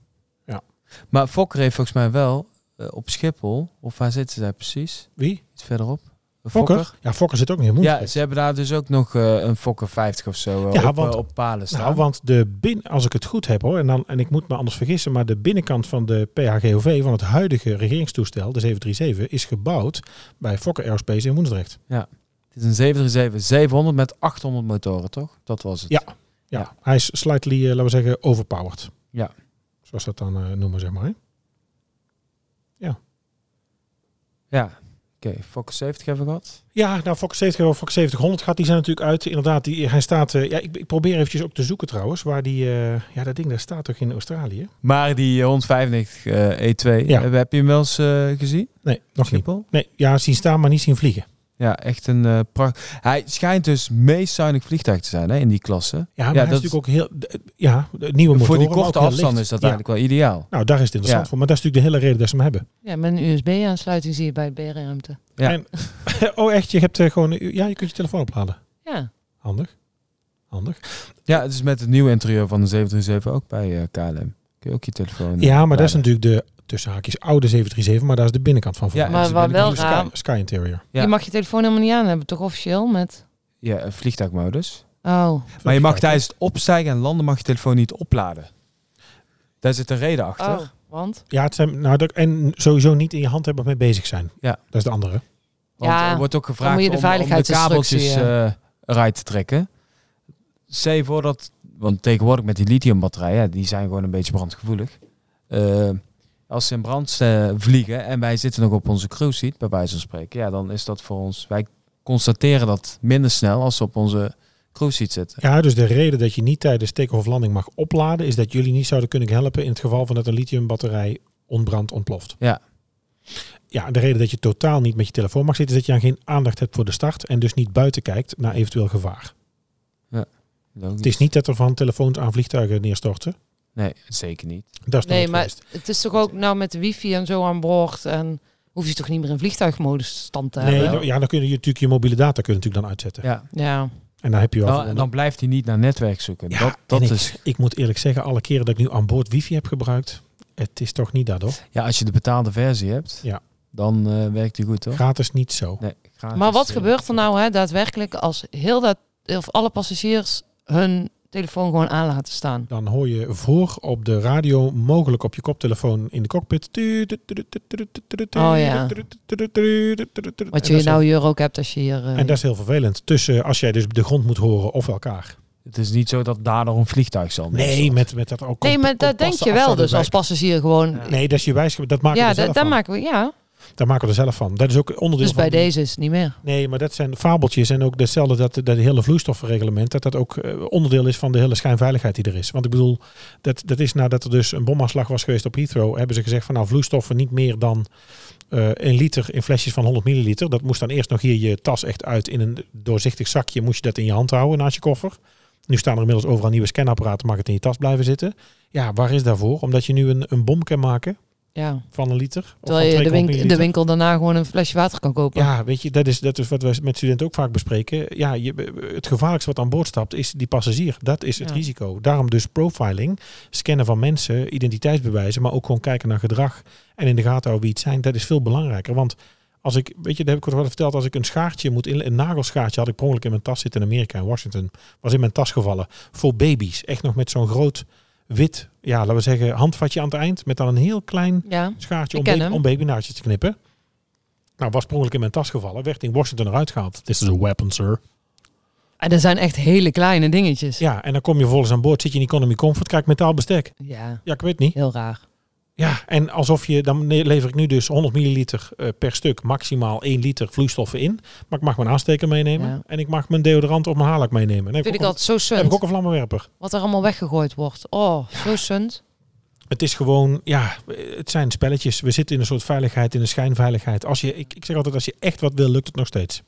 Ja. Maar Fokker heeft volgens mij wel eh, op Schiphol, of waar zitten zij precies? Wie? Iets verderop. Een Fokker? Ja, Fokker zit ook in Moenspet. Ja, ze hebben daar dus ook nog eh, een Fokker 50 of zo eh, Ja, op, want- eh, op palen staan. Nou, want de bin, als ik het goed heb hoor, en, dan, en ik moet me anders vergissen, maar de binnenkant van de PHGOV, van het huidige regeringstoestel, de 737, is gebouwd bij Fokker Aerospace in Woensdrecht. Het is een 737 700 met 800 motoren, toch? Dat was het. Ja. Ja, Ja. hij is slightly, eh, laten we zeggen, overpowered. Ja. Zoals dat dan eh, noemen, zeg maar. hè? Ja. Fokker 70 hebben we gehad. Ja, nou, Fokker 70 of Fokker 7000 gaat, die zijn natuurlijk uit. Inderdaad, die, hij staat... eh, ja, ik, ik probeer eventjes ook te zoeken trouwens, waar die... eh, ja, dat ding, daar staat toch in Australië? Maar die eh, 195 eh, E2, Ja. eh, heb je hem wel eens eh, gezien? Nee, nog niet. Schiphol? Nee, ja, zien staan, maar niet zien vliegen. Ja, echt een eh pracht. Hij schijnt dus het meest zuinig vliegtuig te zijn hè, in die klasse. Ja, maar Ja, hij is dat- natuurlijk ook heel... d- eh, Ja, de nieuwe motor. Voor die korte afstand is dat eigenlijk wel ideaal. Nou, daar is het interessant Ja. voor. Maar dat is natuurlijk de hele reden dat ze hem hebben. (laughs) Ja, met een USB-aansluiting zie je bij het BR-ruimte. Ja. En, oh, echt? Je hebt eh, gewoon... Ja, je kunt je telefoon opladen. Ja. Handig. Handig. Ja, het is met het nieuwe interieur van de 737 ook bij eh, KLM. Kun je ook je telefoon... eh, Ja, maar dat is laden. natuurlijk de tussen haakjes oude 737, maar daar is de binnenkant van. Ja, Ja, maar ze wat willen wel niet Sky, raar, Sky Interior. Ja. je mag je telefoon helemaal niet aan hebben, toch officieel? Met... Ja, een vliegtuigmodus. Oh, Maar je mag daar tijdens het opstijgen en landen mag je telefoon niet opladen. Daar zit een reden achter. oh want? Ja, het zijn, nou, dat, en sowieso niet in je hand hebben of mee bezig zijn. Ja. Dat is de andere. Want Ja, er wordt ook gevraagd moet je de om- om, de veiligheidsinstructie, kabeltjes eh eruit te trekken. Stel je voor dat, want tegenwoordig met die lithiumbatterijen, die zijn gewoon een beetje brandgevoelig. Eh, als ze in brand eh, vliegen en wij zitten nog op onze cruise seat, bij wijze van spreken, ja, dan is dat voor ons. Wij constateren dat minder snel als ze op onze cruise seat zitten. Ja, dus de reden dat je niet tijdens take-off landing mag opladen, is dat jullie niet zouden kunnen helpen in het geval van dat een lithiumbatterij ontbrandt, ontploft. Ja. Ja, de reden dat je totaal niet met je telefoon mag zitten, is dat je dan geen aandacht hebt voor de start en dus niet buiten kijkt naar eventueel gevaar. Het is niet dat er van telefoons aan vliegtuigen neerstorten. Nee, zeker niet. Dat is nog Nee, niet maar geweest. het is toch ook nou met de wifi en zo aan boord. En hoef je toch niet meer in vliegtuigmodus stand te Nee, hebben? dan- ja, dan kun je natuurlijk je mobiele data kun je natuurlijk dan uitzetten. Ja. Ja. En dan heb je wel. Dan, van- en dan blijft hij niet naar netwerk zoeken. Ja, dat dat en is, Ik moet eerlijk zeggen, alle keren dat ik nu aan boord wifi heb gebruikt, het is toch niet dat hoor. ja, als je de betaalde versie hebt, Ja. dan eh, werkt hij goed, toch? Gratis niet zo. Nee, gratis, Maar wat eh, gebeurt er nou hè, daadwerkelijk als heel dat, of alle passagiers hun telefoon gewoon aan laten staan? Dan hoor je voor op de radio, mogelijk op je koptelefoon in de cockpit. Oh ja. Wat je En dat is heel- nou hier ook hebt als je hier... eh, En dat is heel vervelend. Tussen als jij dus de grond moet horen of elkaar. Het is niet zo dat daardoor een vliegtuig zal. Nee, neerstorten. met, met dat ook. nee, maar dat denk je wel dus als pas. passagier gewoon... Ja. Ja, Nee, dat is je wijs. Dat maken we er da- zelf daar van. maken we... Ja, Daar maken we er zelf van. Dat is ook onderdeel dus van bij die- deze is het niet meer. Nee, maar dat zijn fabeltjes. En ook hetzelfde dat, dat hele vloeistoffenreglement, dat dat ook eh, onderdeel is van de hele schijnveiligheid die er is. Want ik bedoel, dat, dat is nadat er dus een bomaanslag was geweest op Heathrow, hebben ze gezegd van nou vloeistoffen niet meer dan eh een liter in flesjes van 100 milliliter. Dat moest dan eerst nog hier je tas echt uit in een doorzichtig zakje, moest je dat in je hand houden naast je koffer. Nu staan er inmiddels overal nieuwe scanapparaten, mag het in je tas blijven zitten. Ja, waar is daarvoor? Omdat je nu een, een bom kan maken Ja. van een liter. of Terwijl je van 200 de, winkel, de milliliter. winkel daarna gewoon een flesje water kan kopen. Ja, weet je, dat is, dat is wat we met studenten ook vaak bespreken. Ja, je, het gevaarlijkste wat aan boord stapt is die passagier. Dat is het Ja. risico. Daarom dus profiling, scannen van mensen, identiteitsbewijzen, maar ook gewoon kijken naar gedrag en in de gaten houden wie het zijn. Dat is veel belangrijker. Want als ik, weet je, dat heb ik ook wel verteld, als ik een schaartje moet in een nagelschaartje had ik per ongeluk in mijn tas zitten in Amerika, in Washington, was in mijn tas gevallen. Voor baby's, echt nog met zo'n groot wit, ja, laten we zeggen, handvatje aan het eind, met dan een heel klein Ja. schaartje Ik om, ken baby, hem. om babynaartjes te knippen. Nou, was per ongeluk in mijn tas gevallen. Werd in Washington eruit gehaald. This is a weapon, sir. En dat zijn echt hele kleine dingetjes. Ja, Ja, en dan kom je vervolgens aan boord. Zit je in economy comfort, krijg ik metaal bestek. Ja, ik weet niet. heel raar. Ja, en alsof je... Dan ne- lever ik nu dus 100 milliliter eh, per stuk, maximaal 1 liter vloeistoffen in. Maar ik mag mijn aansteker meenemen. Ja. Dat En ik mag mijn deodorant of mijn haarlak meenemen. Dan heb vind ik ook altijd zo een, heb ik ook sunt. een vlammenwerper. Wat er allemaal weggegooid wordt. Oh, zo sunt. Het is gewoon, ja, het zijn spelletjes. We zitten in een soort veiligheid, in een schijnveiligheid. Als je, ik, ik zeg altijd, als je echt wat wil, lukt het nog steeds.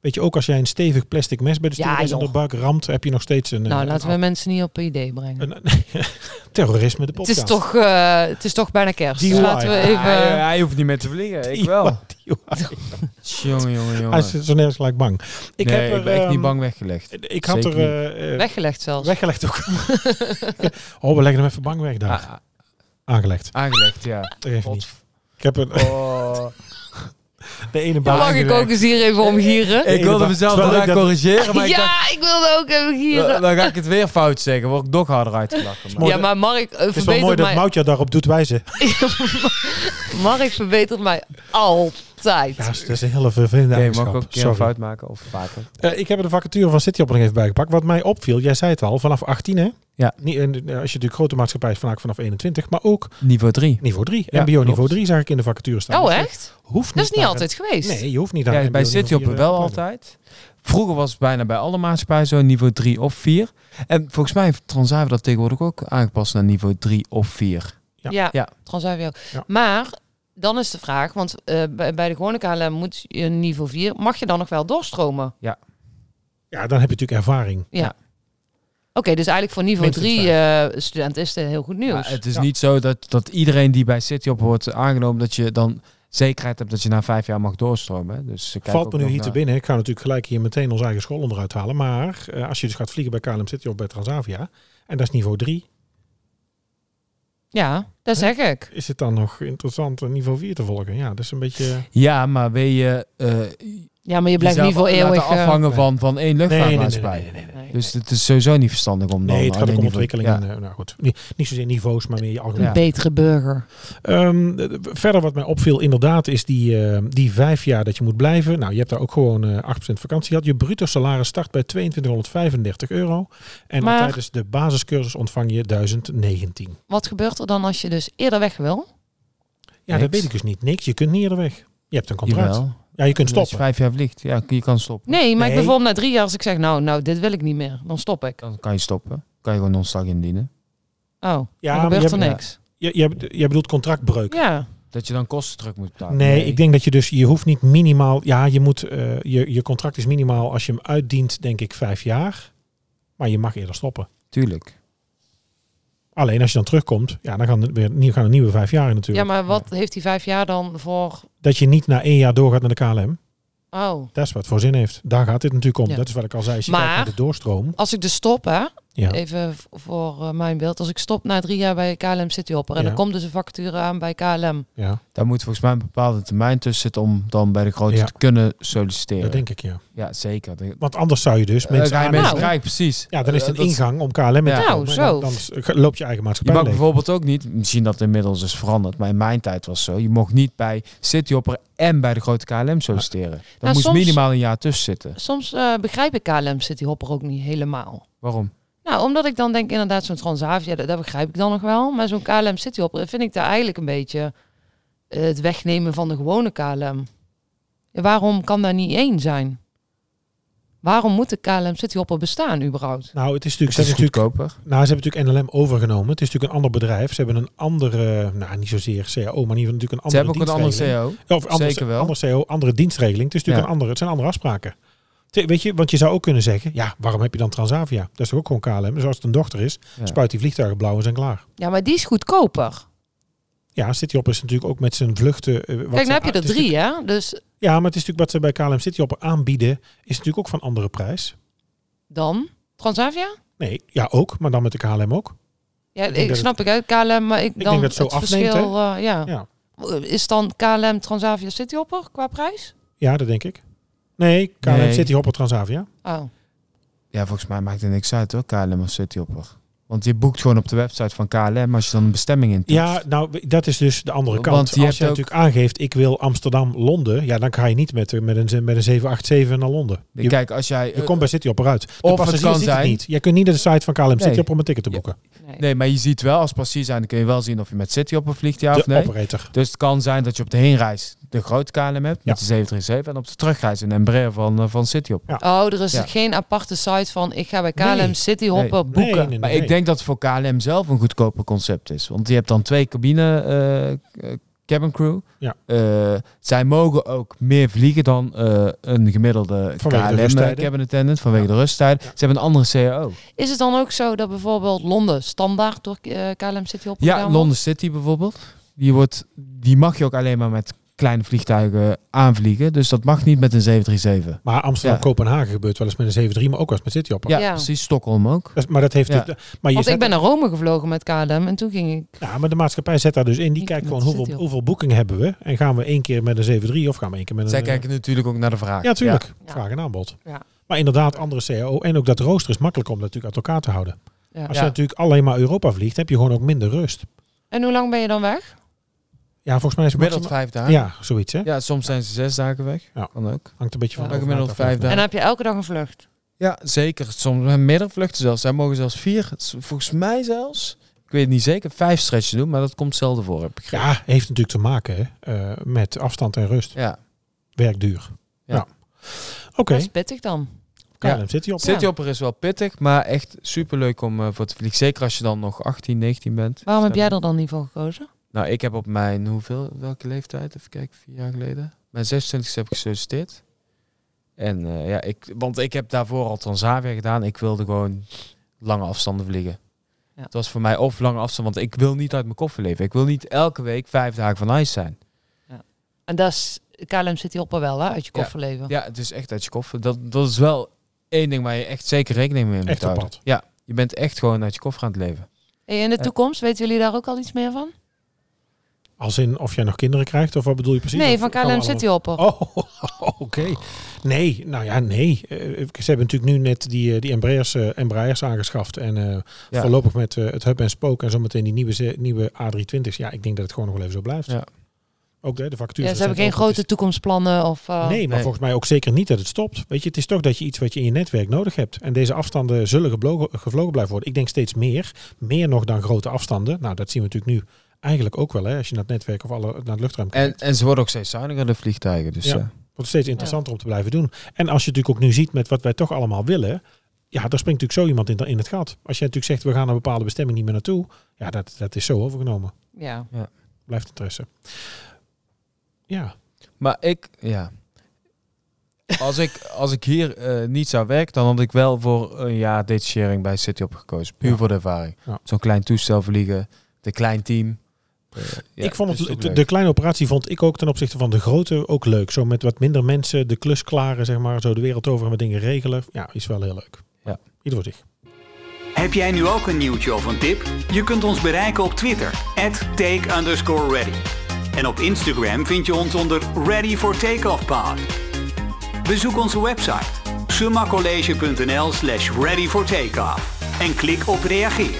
Weet je, ook als jij een stevig plastic mes bij de Ja, stuurreis in de joh. buik ramt, heb je nog steeds een... nou, eh, laten we een, mensen niet op een idee brengen. een, (laughs) terrorisme de Het podcast. is, (laughs) toch, eh, het is toch bijna kerst. Dus DIY. laten we Ah, even... hij, hij hoeft niet meer te vliegen. Ik wel. (laughs) Jongen, jongen, Hij jongen. is zo nergens gelijk bang. Ik, Ik nee, heb er, ik ben echt niet ehm, bang weggelegd. Ik had Zeker er eh, eh, Weggelegd zelfs. weggelegd (laughs) ook. (laughs) oh, we leggen hem even bang weg daar. Ah, ah, Aangelegd. aangelegd, ja. Dat geeft niet. God. Ik heb een, Oh. (laughs) de ene Dan baan mag ik ook eens hier even omgieren. ik wilde mezelf Terwijl ik daarna dat- corrigeren, maar ik dacht, Ja, ik wilde ook even dan, gieren. dan ga ik het weer fout zeggen. Word ik nog harder uitgelachen. Maar. mooi Ja, maar Mark eh, Het is wel mooi verbetert dat mij... Moutja daarop doet wijzen. Mark verbetert mij altijd. Ja, dat is een hele vervelende Oké, je eigenschap. mag ook een keer een Sorry. fout maken of vaker. Eh, ik heb er de vacature van City op nog even bijgepakt. Wat mij opviel, jij zei het al, vanaf 18 hè? Ja. Niet, en, eh, als je natuurlijk grote maatschappij is vandaag vanaf 21, maar ook Niveau 3. niveau 3. Ja, MBO niveau klopt. 3 zag ik in de vacature staan. Oh, Dus je echt? Hoeft Dat is niet naar- altijd geweest. Nee, je hoeft niet aan Ja, bij MBO City op niveau wel vier, eh, altijd. Vroeger was het bijna bij alle maatschappijen zo niveau 3 of 4. En volgens mij heeft Transavia dat tegenwoordig ook aangepast naar niveau 3 of 4. Ja. Ja, Ja. Transavia ook. Ja. Maar dan is de vraag, want eh, bij, bij de gewone KLM moet je niveau 4, mag je dan nog wel doorstromen? Oké, Ja, dan heb je natuurlijk ervaring. dus eigenlijk voor niveau Minstens 3 eh, student is het heel goed nieuws. Maar het is Ja. niet zo dat, dat iedereen die bij City op wordt aangenomen, dat je dan zekerheid hebt dat je na vijf jaar mag doorstromen. hè. Dus ze kijken Valt ook me nu nog hier te naar- binnen. Ik ga natuurlijk gelijk hier meteen onze eigen school onderuit halen. Maar eh, als je dus gaat vliegen bij KLM City of bij Transavia, en dat is niveau 3, ja, dat zeg ik. is het dan nog interessant eh, niveau 4 te volgen? Ja, dat is een beetje... Ja, maar wil je eh Ja, maar je blijft jezelf niet voor laten eeuwig... eh, afhangen van, van één luchtvaartmaatschappij? nee. nee. Dus het is sowieso niet verstandig om dan Nee, het gaat ook alleen om niveau- ontwikkeling. Ja. En, eh, nou goed, niet, niet zozeer niveaus, maar meer je Een algemeen. Ja. betere burger. Ehm, eh, verder wat mij opviel inderdaad is die, eh, die vijf jaar dat je moet blijven. Nou, je hebt daar ook gewoon eh 8% vakantie gehad. Je bruto salaris start bij 2235 euro. En Maar- tijdens de basiscursus ontvang je 1019. Wat gebeurt er dan als je dus eerder weg wil? Ja, dat Niks. weet ik dus niet. Niks, je kunt niet eerder weg. Je hebt een contract. Jawel. Ja, je kunt Als je stoppen. vijf jaar vliegt, ja, je kan stoppen. Nee, maar ik Nee. bijvoorbeeld na drie jaar als ik zeg, nou, nou, dit wil ik niet meer. Dan stop ik. Dan kan je stoppen. Kan je gewoon ontslag indienen. Oh, Ja, dan maar gebeurt je er hebt- niks. Je, je, je bedoelt contractbreuk. Ja, Dat je dan kosten terug moet betalen. Nee, ik denk dat je dus, je hoeft niet minimaal, ja, je moet, eh, je, je contract is minimaal als je hem uitdient, denk ik, vijf jaar. Maar je mag eerder stoppen. Tuurlijk. Alleen als je dan terugkomt, ja, dan gaan er weer nieuw- gaan er nieuwe vijf jaar in ja natuurlijk. maar wat heeft die vijf jaar dan voor... Dat je niet na één jaar doorgaat naar de KLM, Oh, dat is wat voor zin heeft. Daar gaat dit natuurlijk om. Ja. Dat is wat ik al zei, als je Maar- kijkt naar de doorstroom. als ik dus stop, hè, Ja. even v- voor eh, mijn beeld. Als ik stop na drie jaar bij KLM City Hopper en Ja. dan komt dus een vacature aan bij KLM. ja, Daar moet volgens mij een bepaalde termijn tussen zitten om dan bij de grote Ja. te kunnen solliciteren. dat denk ik, ja. Ja, zeker. De, Want anders zou je dus Eh, mensen ga je aannemen. mensen Nou. krijgen, precies. Ja, dan is Eh, het een dat- ingang om KLM in te Ja. komen. Nou, En zo. Dan, dan s- loopt je eigen Je maatschappij mag leeg. bijvoorbeeld ook niet, misschien dat inmiddels is veranderd, maar in mijn tijd was het zo. Je mocht niet bij Cityhopper en bij de grote KLM solliciteren. Daar Nou, moest soms- minimaal een jaar tussen zitten. Soms eh, begrijp ik KLM City Hopper ook niet helemaal. Waarom? Nou, omdat ik dan denk inderdaad zo'n Transavia, dat, dat begrijp ik dan nog wel. Maar zo'n KLM City Hopper eh, vind ik daar eigenlijk een beetje eh, het wegnemen van de gewone KLM. Ja, Waarom kan daar niet één zijn? Waarom moet de KLM City Hopper bestaan überhaupt? Nou, het is Ik natuurlijk, ze is hebben natuurlijk, goedkoper. nou, ze hebben natuurlijk NLM overgenomen. Het is natuurlijk een ander bedrijf. Ze hebben een andere, nou niet zozeer CAO, maar in ieder geval natuurlijk een andere Ze hebben ook een andere E dienstregeling. CO. Of anders, Zeker wel. anders CO, andere dienstregeling. Het, is natuurlijk Ja. een andere, het zijn andere afspraken. Te- Weet je, want je zou ook kunnen zeggen, ja, waarom heb je dan Transavia? Dat is toch ook gewoon KLM? Dus als het een dochter is, Ja. spuit die vliegtuigen blauw en zijn klaar. Ja, maar die is goedkoper. Ja, Cityhop is natuurlijk ook met zijn vluchten... eh, wat Kijk, ze- nou heb je het er is drie, hè? Dus natuurlijk- Ja, maar het is natuurlijk wat ze bij KLM Cityhop aanbieden, is natuurlijk ook van andere prijs. dan Transavia? Nee, ja ook, maar dan met de KLM ook. Ja, denk ik, dat snap ik uit KLM, maar ik, dan denk dat het zo het afneemt, verschil, eh, ja. Ja. Is dan KLM Transavia Cityhopper qua prijs? Ja, dat denk ik. Nee, KLM Nee. Cityhop of Transavia. Oh, Ja, volgens mij maakt het niks uit hoor, KLM of Cityhopper. Want je boekt gewoon op de website van KLM als je dan een bestemming in Ja, nou, w- dat is dus de andere Want kant. je Als hebt je ook- natuurlijk aangeeft, ik wil Amsterdam-Londen, ja, dan ga je niet met, met, een, met een 787 naar Londen. Je, Kijk, als jij... je eh, komt bij Cityhopper uit. De of het passagier kan ziet zijn- niet. Jij kunt niet naar de site van KLM Nee. Cityhopper om een ticket te Ja, boeken. nee. Nee, maar je ziet wel, als passagier zijn, dan kun je wel zien of je met Cityhopper vliegt, ja de of nee. operator. Dus het kan zijn dat je op de heenreis de grote KLM hebt, Ja. met de 737, en op de terugreis een Embraer van, eh, van Cityhopper. Oh, er is Ja. geen aparte site van ik ga bij KLM Nee. Cityhopper Nee, boeken. nee, Maar nee. ik denk dat het voor KLM zelf een goedkoper concept is. Want je hebt dan twee cabine eh, eh, cabin crew. Ja. Eh, zij mogen ook meer vliegen dan eh, een gemiddelde Vanwege de KLM eh, rusttijden. cabin attendant vanwege de rusttijd. Ze hebben een andere CAO. Is het dan ook zo dat bijvoorbeeld Londen standaard door eh, KLM Cityhopper Ja, gedaan wordt? London City bijvoorbeeld. Die, wordt, die mag je ook alleen maar met kleine vliegtuigen aanvliegen. Dus dat mag niet met een 737. Maar Ja. Amsterdam-Kopenhagen gebeurt wel eens met een 73, maar ook wel eens met Cityhopper. Ja, Ja. precies. Stockholm ook. Dat is- Maar dat heeft... Ja. de- maar je Want ik zet- ben naar Rome gevlogen met KLM en toen ging ik... Ja, maar de maatschappij zet daar dus in. Die Ik kijkt met gewoon hoeveel, Cityhopper. hoeveel boeking hebben we. En gaan we één keer met een 73 of gaan we één keer met een... Zij eh, kijken natuurlijk ook naar de vraag. Ja, tuurlijk. Ja. Vraag en aanbod. Ja. Maar inderdaad, andere CAO. En ook dat rooster is makkelijk om dat natuurlijk uit elkaar te houden. Ja. Als Ja. je natuurlijk alleen maar Europa vliegt, heb je gewoon ook minder rust. En hoe lang ben je dan weg? Ja, volgens mij is het Gemiddeld maximaal... vijf dagen. Ja, Ja, zoiets hè. soms zijn ze zes dagen weg. Ja. Kan ook. Kan ook. Hangt een beetje Ja. van Maar de gemiddeld overheid af. vijf En Ja. dan heb je elke dag een vlucht. Ja, zeker. Soms meerdere vluchten zelfs. Zij mogen zelfs vier, volgens mij zelfs, ik weet het niet zeker, vijf stretches doen. Maar dat komt zelden voor, heb ik begrepen. Ja, heeft natuurlijk te maken hè, eh, met afstand en rust. Ja. Werkduur. Ja. Ja. Oké, Dat is pittig dan. KLM zit hij op. Ja. Cityhopper is wel pittig, maar echt superleuk om eh, voor te vliegen. Zeker als je dan nog 18, 19 bent. Waarom heb Snap jij je? er dan niet voor gekozen? Nou, ik heb op mijn, hoeveel, welke leeftijd? Even kijken, vier jaar geleden. Mijn 26 heb ik gesolliciteerd. En eh, ja, ik, want ik heb daarvoor al Transavia gedaan. Ik wilde gewoon lange afstanden vliegen. Ja. Het was voor mij of lange afstand, want ik wil niet uit mijn koffer leven. Ik wil niet elke week vijf dagen van ijs zijn. En dat is KLM City Hopper wel, hè? Uit je Ja. koffer leven. Ja, het is echt uit je koffer. Dat, dat is wel één ding waar je echt zeker rekening mee moet Echt op houden. pad. Ja, je bent echt gewoon uit je koffer aan het leven. Hey, in de Ja. toekomst, weten jullie daar ook al iets meer van? Als in of jij nog kinderen krijgt of wat bedoel je precies? nee, Of van gaan we KLM allemaal- City Hopper. Oh, (laughs) oké. Nee, nou ja, nee. Eh, ze hebben natuurlijk nu net die, eh, die Embraers, eh, Embraers aangeschaft. En eh, Ja. voorlopig met eh, het hub en spook en zometeen die nieuwe, ze- nieuwe A320's. Ja, ik denk dat het gewoon nog wel even zo blijft. Ja. Ook de, de vacatures. Ja, ze hebben geen recent ook, grote toekomstplannen of... eh, het is- Nee, maar Nee. volgens mij ook zeker niet dat het stopt. Weet je, het is toch dat je iets wat je in je netwerk nodig hebt. En deze afstanden zullen geblogen- gevlogen blijven worden. Ik denk steeds meer. Meer nog dan grote afstanden. Nou, dat zien we natuurlijk nu eigenlijk ook wel. Hè, als je naar het netwerk of alle, naar het luchtruim kijkt. En, en ze worden ook steeds zuiniger, de vliegtuigen. Dus Ja. ja. Wordt steeds interessanter om te blijven doen. En als je natuurlijk ook nu ziet met wat wij toch allemaal willen. Ja, daar springt natuurlijk zo iemand in, in het gat. Als je natuurlijk zegt, we gaan naar een bepaalde bestemming niet meer naartoe. Ja, dat, dat is zo overgenomen. Ja. Blijft interesse. Ja, Maar ik, ja. Als ik, als ik hier eh, niet zou werken, dan had ik wel voor een jaar detachering bij City op gekozen. Puur Ja. voor de ervaring. Ja. Zo'n klein toestel vliegen, een klein team. Eh, ja, ik vond dus het, ook de, leuk. de kleine operatie vond ik ook ten opzichte van de grote ook leuk. Zo met wat minder mensen, de klus klaren, zeg maar. Zo de wereld over en wat dingen regelen. Ja, is wel heel leuk. Ja. Ieder voor zich. Heb jij nu ook een nieuwtje of een tip? Je kunt ons bereiken op Twitter, take ready. En op Instagram vind je ons onder Ready for Takeoff Pod. Bezoek onze website summacollege.nl slash ready for takeoff en klik op reageer.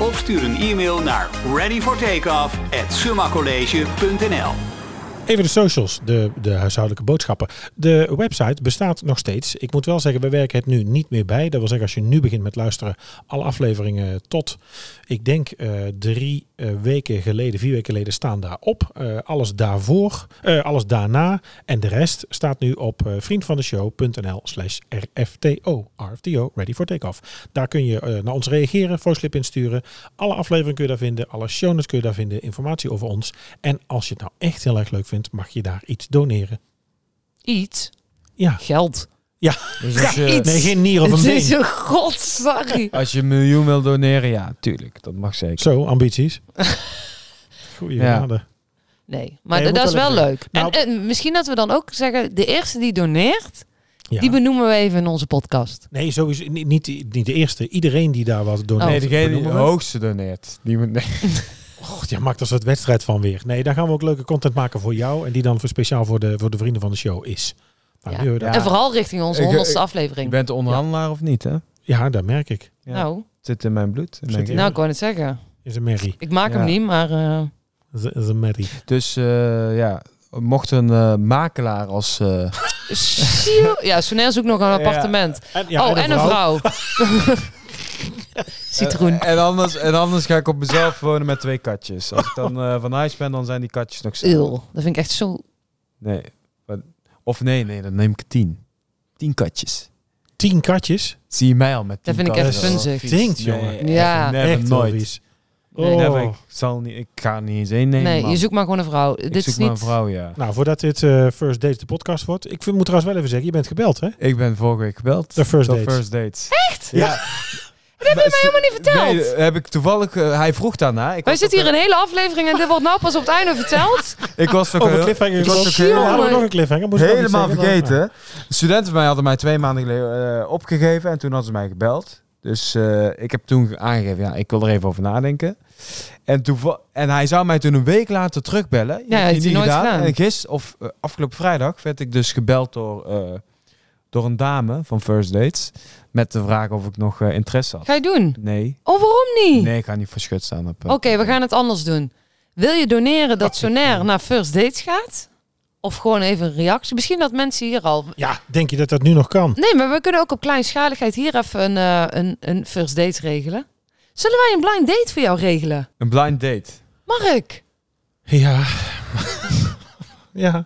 Of stuur een e-mail naar readyfortakeoff at summacollege.nl. Even de socials, de, de huishoudelijke boodschappen. De website bestaat nog steeds. Ik moet wel zeggen, we werken het nu niet meer bij. Dat wil zeggen, als je nu begint met luisteren, alle afleveringen tot, ik denk eh, drie eh, weken geleden, vier weken geleden staan daar op. Eh, alles daarvoor, eh, alles daarna en de rest staat nu op eh, vriendvandeshow.nl slash RFTO, RFTO, Ready for Takeoff. Daar kun je eh, naar ons reageren, voicelip insturen. Alle afleveringen kun je daar vinden, alle show notes kun je daar vinden, informatie over ons. En als je het nou echt heel erg leuk vindt, mag je daar iets doneren. Iets. Ja, (laughs) Geld. Dus als, je, nee, geen nier (laughs) of een Het is been. een god, sorry. als je een miljoen wil doneren, ja, tuurlijk. Dat mag zeker. Zo, (laughs) ambities. Goeie Ja. genade. Nee, maar Nee, je dat moet is wel wel even- leuk. Nou- En, en misschien dat we dan ook zeggen, de eerste die doneert, Ja. die benoemen we even in onze podcast. Nee, sowieso niet, niet, niet de eerste. Iedereen die daar wat Oh. doneert. Nee, degene die benoemen het we. hoogste doneert. Die moet, nee. God, je maakt er soort wedstrijd van weer. Nee, daar gaan we ook leuke content maken voor jou. En die dan voor speciaal voor de, voor de vrienden van de show is. Nou, Ja. nu hebben we En dat- vooral richting onze eh, Ik- honderdste ik- Je aflevering. bent de onderhandelaar of niet, hè? ja. dat merk ik. Ja. Nou, Het zit in mijn bloed. in mijn Zit in- genen. nou, ik wou het zeggen. Is een merrie. Ik maak hem Ja. niet, maar eh, Is een- is een merrie. Dus eh, ja, mocht een eh, makelaar als... eh, (laughs) Sjoe. Ja, Sonair zoekt nog een Ja. appartement. En, ja, oh, en een vrouw. (laughs) (laughs) Eh, Citroen. Eh, En anders, en anders ga ik op mezelf wonen met twee katjes. Als ik dan eh, van huis ben, dan zijn die katjes nog Ew, zo. dat vind ik echt zo... Nee. Maar- Of nee, nee, dan neem ik er tien. Tien katjes. Tien katjes. Zie je mij al met tien Dat vind ik katjes? echt funzig. Vies. Stinkt, Nee, jongen. echt Ja. never, Echt heel nooit. vies. Nee. Oh. Never, ik, zal niet, ik ga er niet eens één nemen. Nee, man. je zoekt maar gewoon een vrouw. ik Dit zoek is maar een niet... vrouw, ja. Nou, voordat dit eh, First Date de podcast wordt. Ik vind, moet trouwens wel even zeggen, je bent gebeld, hè? Ik ben vorige week gebeld. De first Tot dates. first dates. Echt? Ja. Dat heb je mij helemaal niet verteld. Nee, heb ik toevallig... eh, hij vroeg daarna. Ik Wij was zitten ook- eh, hier een hele aflevering en dit wordt nou pas op het einde (laughs) verteld. Ik was ook Over heel- cliffhanger. ik was gesproken. ook heel- Ja, hadden we Jongen. nog een cliffhanger. Moest ik nog iets Helemaal zeggen, maar- vergeten. Studenten van mij hadden mij twee maanden geleden eh, opgegeven en toen hadden ze mij gebeld. Dus eh, ik heb toen aangegeven, ja, ik wil er even over nadenken. En, toeval- en hij zou mij toen een week later terugbellen. Heeft heeft hij nooit gedaan. En gisteren, of eh, afgelopen vrijdag, werd ik dus gebeld door, eh, door een dame van First Dates. Met de vraag of ik nog eh, interesse had. Ga je doen? Nee, Oh, waarom niet? nee, ik ga niet voor schut staan. Op, eh, Oké, we gaan het anders doen. Wil je doneren dat Sonair naar First Dates gaat? Of gewoon even een reactie. Misschien dat mensen hier al... Ja, denk je dat dat nu nog kan? Nee, maar we kunnen ook op kleinschaligheid hier even een, eh, een, een first date regelen. Zullen wij een blind date voor jou regelen? Een blind date. Mark? Ja. (laughs) ja.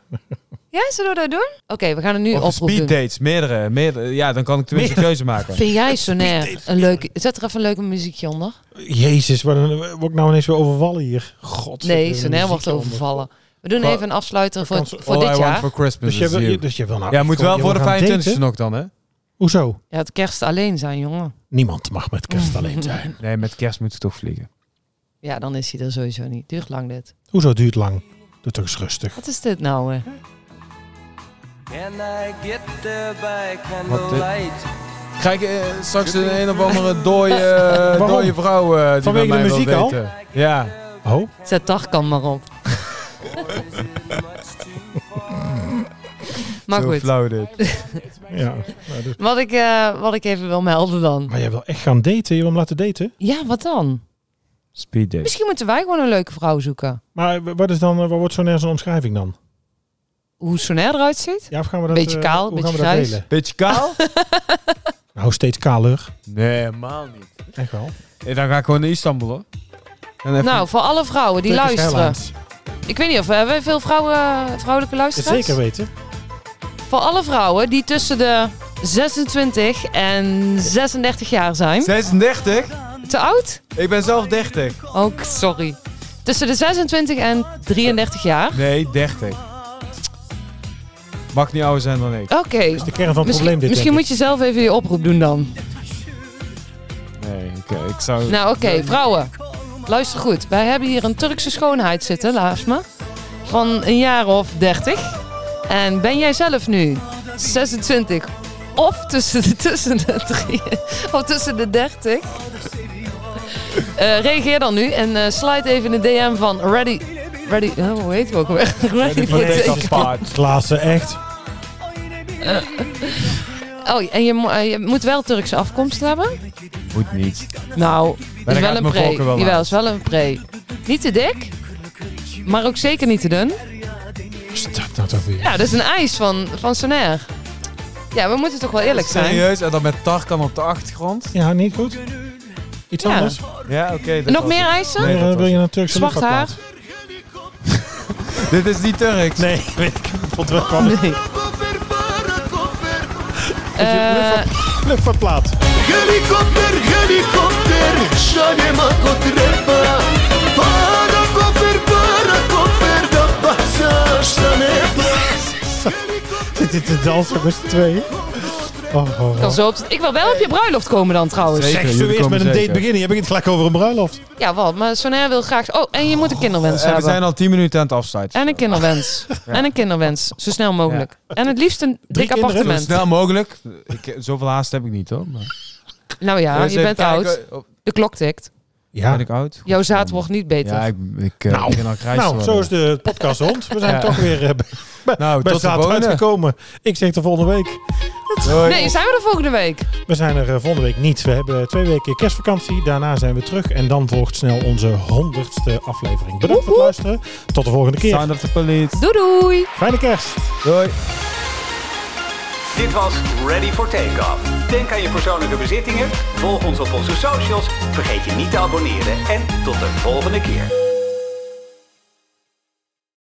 Ja, zullen we dat doen? Oké, we gaan het nu Of oproepen. speed dates, meerdere, meerdere. Ja, dan kan ik tenminste een keuze maken. Vind jij Sonair een leuke... Zet er even een leuke muziekje onder. Jezus, wat een- word ik nou ineens weer overvallen hier? God. zit er Nee, een Sonair wordt muziekje onder. overvallen. We doen Qua- even een afsluiter voor, vakantie- (laughs) voor All dit I want jaar. for Christmas Dus je, is wil, you. je- dus je wil nou ja, echt moet gewoon wel voor de heel gaan daten? 25e nog dan, hè? Hoezo? Ja, het kerst alleen zijn, jongen. Niemand mag met kerst (laughs) alleen zijn. Nee, met kerst moet ik toch vliegen. Ja, dan is hij er sowieso niet. Duurt lang dit. Hoezo duurt lang? Doe toch eens rustig. Wat is dit nou? eh? Can I get there by candlelight? candlelight? Krijg je eh, straks een een of (laughs) andere dode, eh, Waarom? dode vrouw eh, die Vanwege bij mij de wil muziek al? weten. Ja. Oh, Zet Tarkan maar op. (laughs) Maar Zo goed, flauw dit. ja. Nou, dus- wat ik, eh, wat ik even wil melden dan. Maar jij wil echt gaan daten? Je wil hem laten daten? Ja, wat dan? Speed date. Misschien moeten wij gewoon een leuke vrouw zoeken. Maar w- wat, is dan, eh, wat wordt zo'n ergens een omschrijving dan? Hoe Sonair eruit ziet? Ja, of gaan we dat, Beetje eh, kaal, hoe beetje gaan we dat grijs. delen? Beetje (laughs) kaal? Nou, steeds kaler. nee, helemaal niet. Echt wel. Eh, dan ga ik gewoon naar Istanbul, hoor. En even- Nou, voor alle vrouwen die Turkish luisteren. Airlines. Ik weet niet of we hebben we veel vrouwen, eh, vrouwelijke Dat luisteraars. zeker weten. Voor alle vrouwen die tussen de 26 en 36 jaar zijn. 36? Te oud? Ik ben zelf 30. Ook, sorry. Tussen de 26 en 33 jaar. Nee, 30. Mag niet ouder zijn dan ik. Oké. Dat is de kern van het probleem Misschien, dit. misschien denk moet je zelf even je oproep doen dan. Nee, ik, eh, ik zou... (laughs) Nou, oké, vrouwen. Luister goed. Wij hebben hier een Turkse schoonheid zitten, laat me. Van een jaar of 30. En ben jij zelf nu 26 of tussen de, tussen de, drie, of tussen de 30? Eh, reageer dan nu en eh slide even in de DM van Ready. Ready. oh, hoe heet we ook alweer? Ready voor for deze take. afspraak. ik. Klaassen, echt. Oh, en je, mo- eh, je moet wel Turkse afkomst hebben. Moet niet. Nou, dan is gaat wel een mijn pre. voorkeur wel Jawel, naar. is wel een pre. Niet te dik, maar ook zeker niet te dun. Stap nou toch weer. Ja, dat is een ijs van, van Sonair. Ja, we moeten toch wel eerlijk zijn. Serieus? En dan met Tarkan op de achtergrond? Ja, niet goed? Iets Ja. anders? Ja, oké. dat Nog was meer het. eisen? Meer, Nee, dat eh, was wil je een Turkse Zwart haar? luchtvaartplaat? Dit is niet Turks. Eh, Nee, (laughs) weet ik. Vond wel (laughs) kwam een Nee. Eh, luchtvaartplaat. Helikopter, helikopter, šaljemo kot treba. Para koper, para koper, da pasaš za nebo. Zit dit te dansen met z'n tweeën? Oh, oh, oh. kan zo op ik wil wel op je bruiloft komen dan trouwens. Zeker. Zeg, zullen we jullie eerst met een komen date zeker. beginnen? Je begint gelijk over een bruiloft. Ja, wat? Maar Sonair wil graag... Oh, en je moet een kinderwens Eh, we hebben. zijn al 10 minuten aan het afsluiten. En een kinderwens. En een kinderwens. Zo snel mogelijk. En het liefst een dik kinderen? Zo appartement. snel mogelijk. Ik, eh, zoveel haast heb ik niet hoor. Maar... Nou ja, Eerst je even bent oud. kijken, oh, De klok tikt. Ja. Ben ik oud? Jouw zaad wordt niet beter. Ja, ik, ik, eh, Nou, begin al grijs Nou, zo is de podcast rond. We zijn Ja. toch weer eh, bij- Nou, bij tot de staat volgende. uitgekomen. Ik zeg de volgende week. Doei. Nee, zijn we er volgende week? We zijn er eh, volgende week niet. We hebben twee weken kerstvakantie. Daarna zijn we terug. En dan volgt snel onze honderdste aflevering. Bedankt voor het luisteren. Tot de volgende keer. Sound of the police. Doei doei! Fijne kerst. Doei. Dit was Ready for Takeoff. Denk aan je persoonlijke bezittingen, volg ons op onze socials, vergeet je niet te abonneren en tot de volgende keer.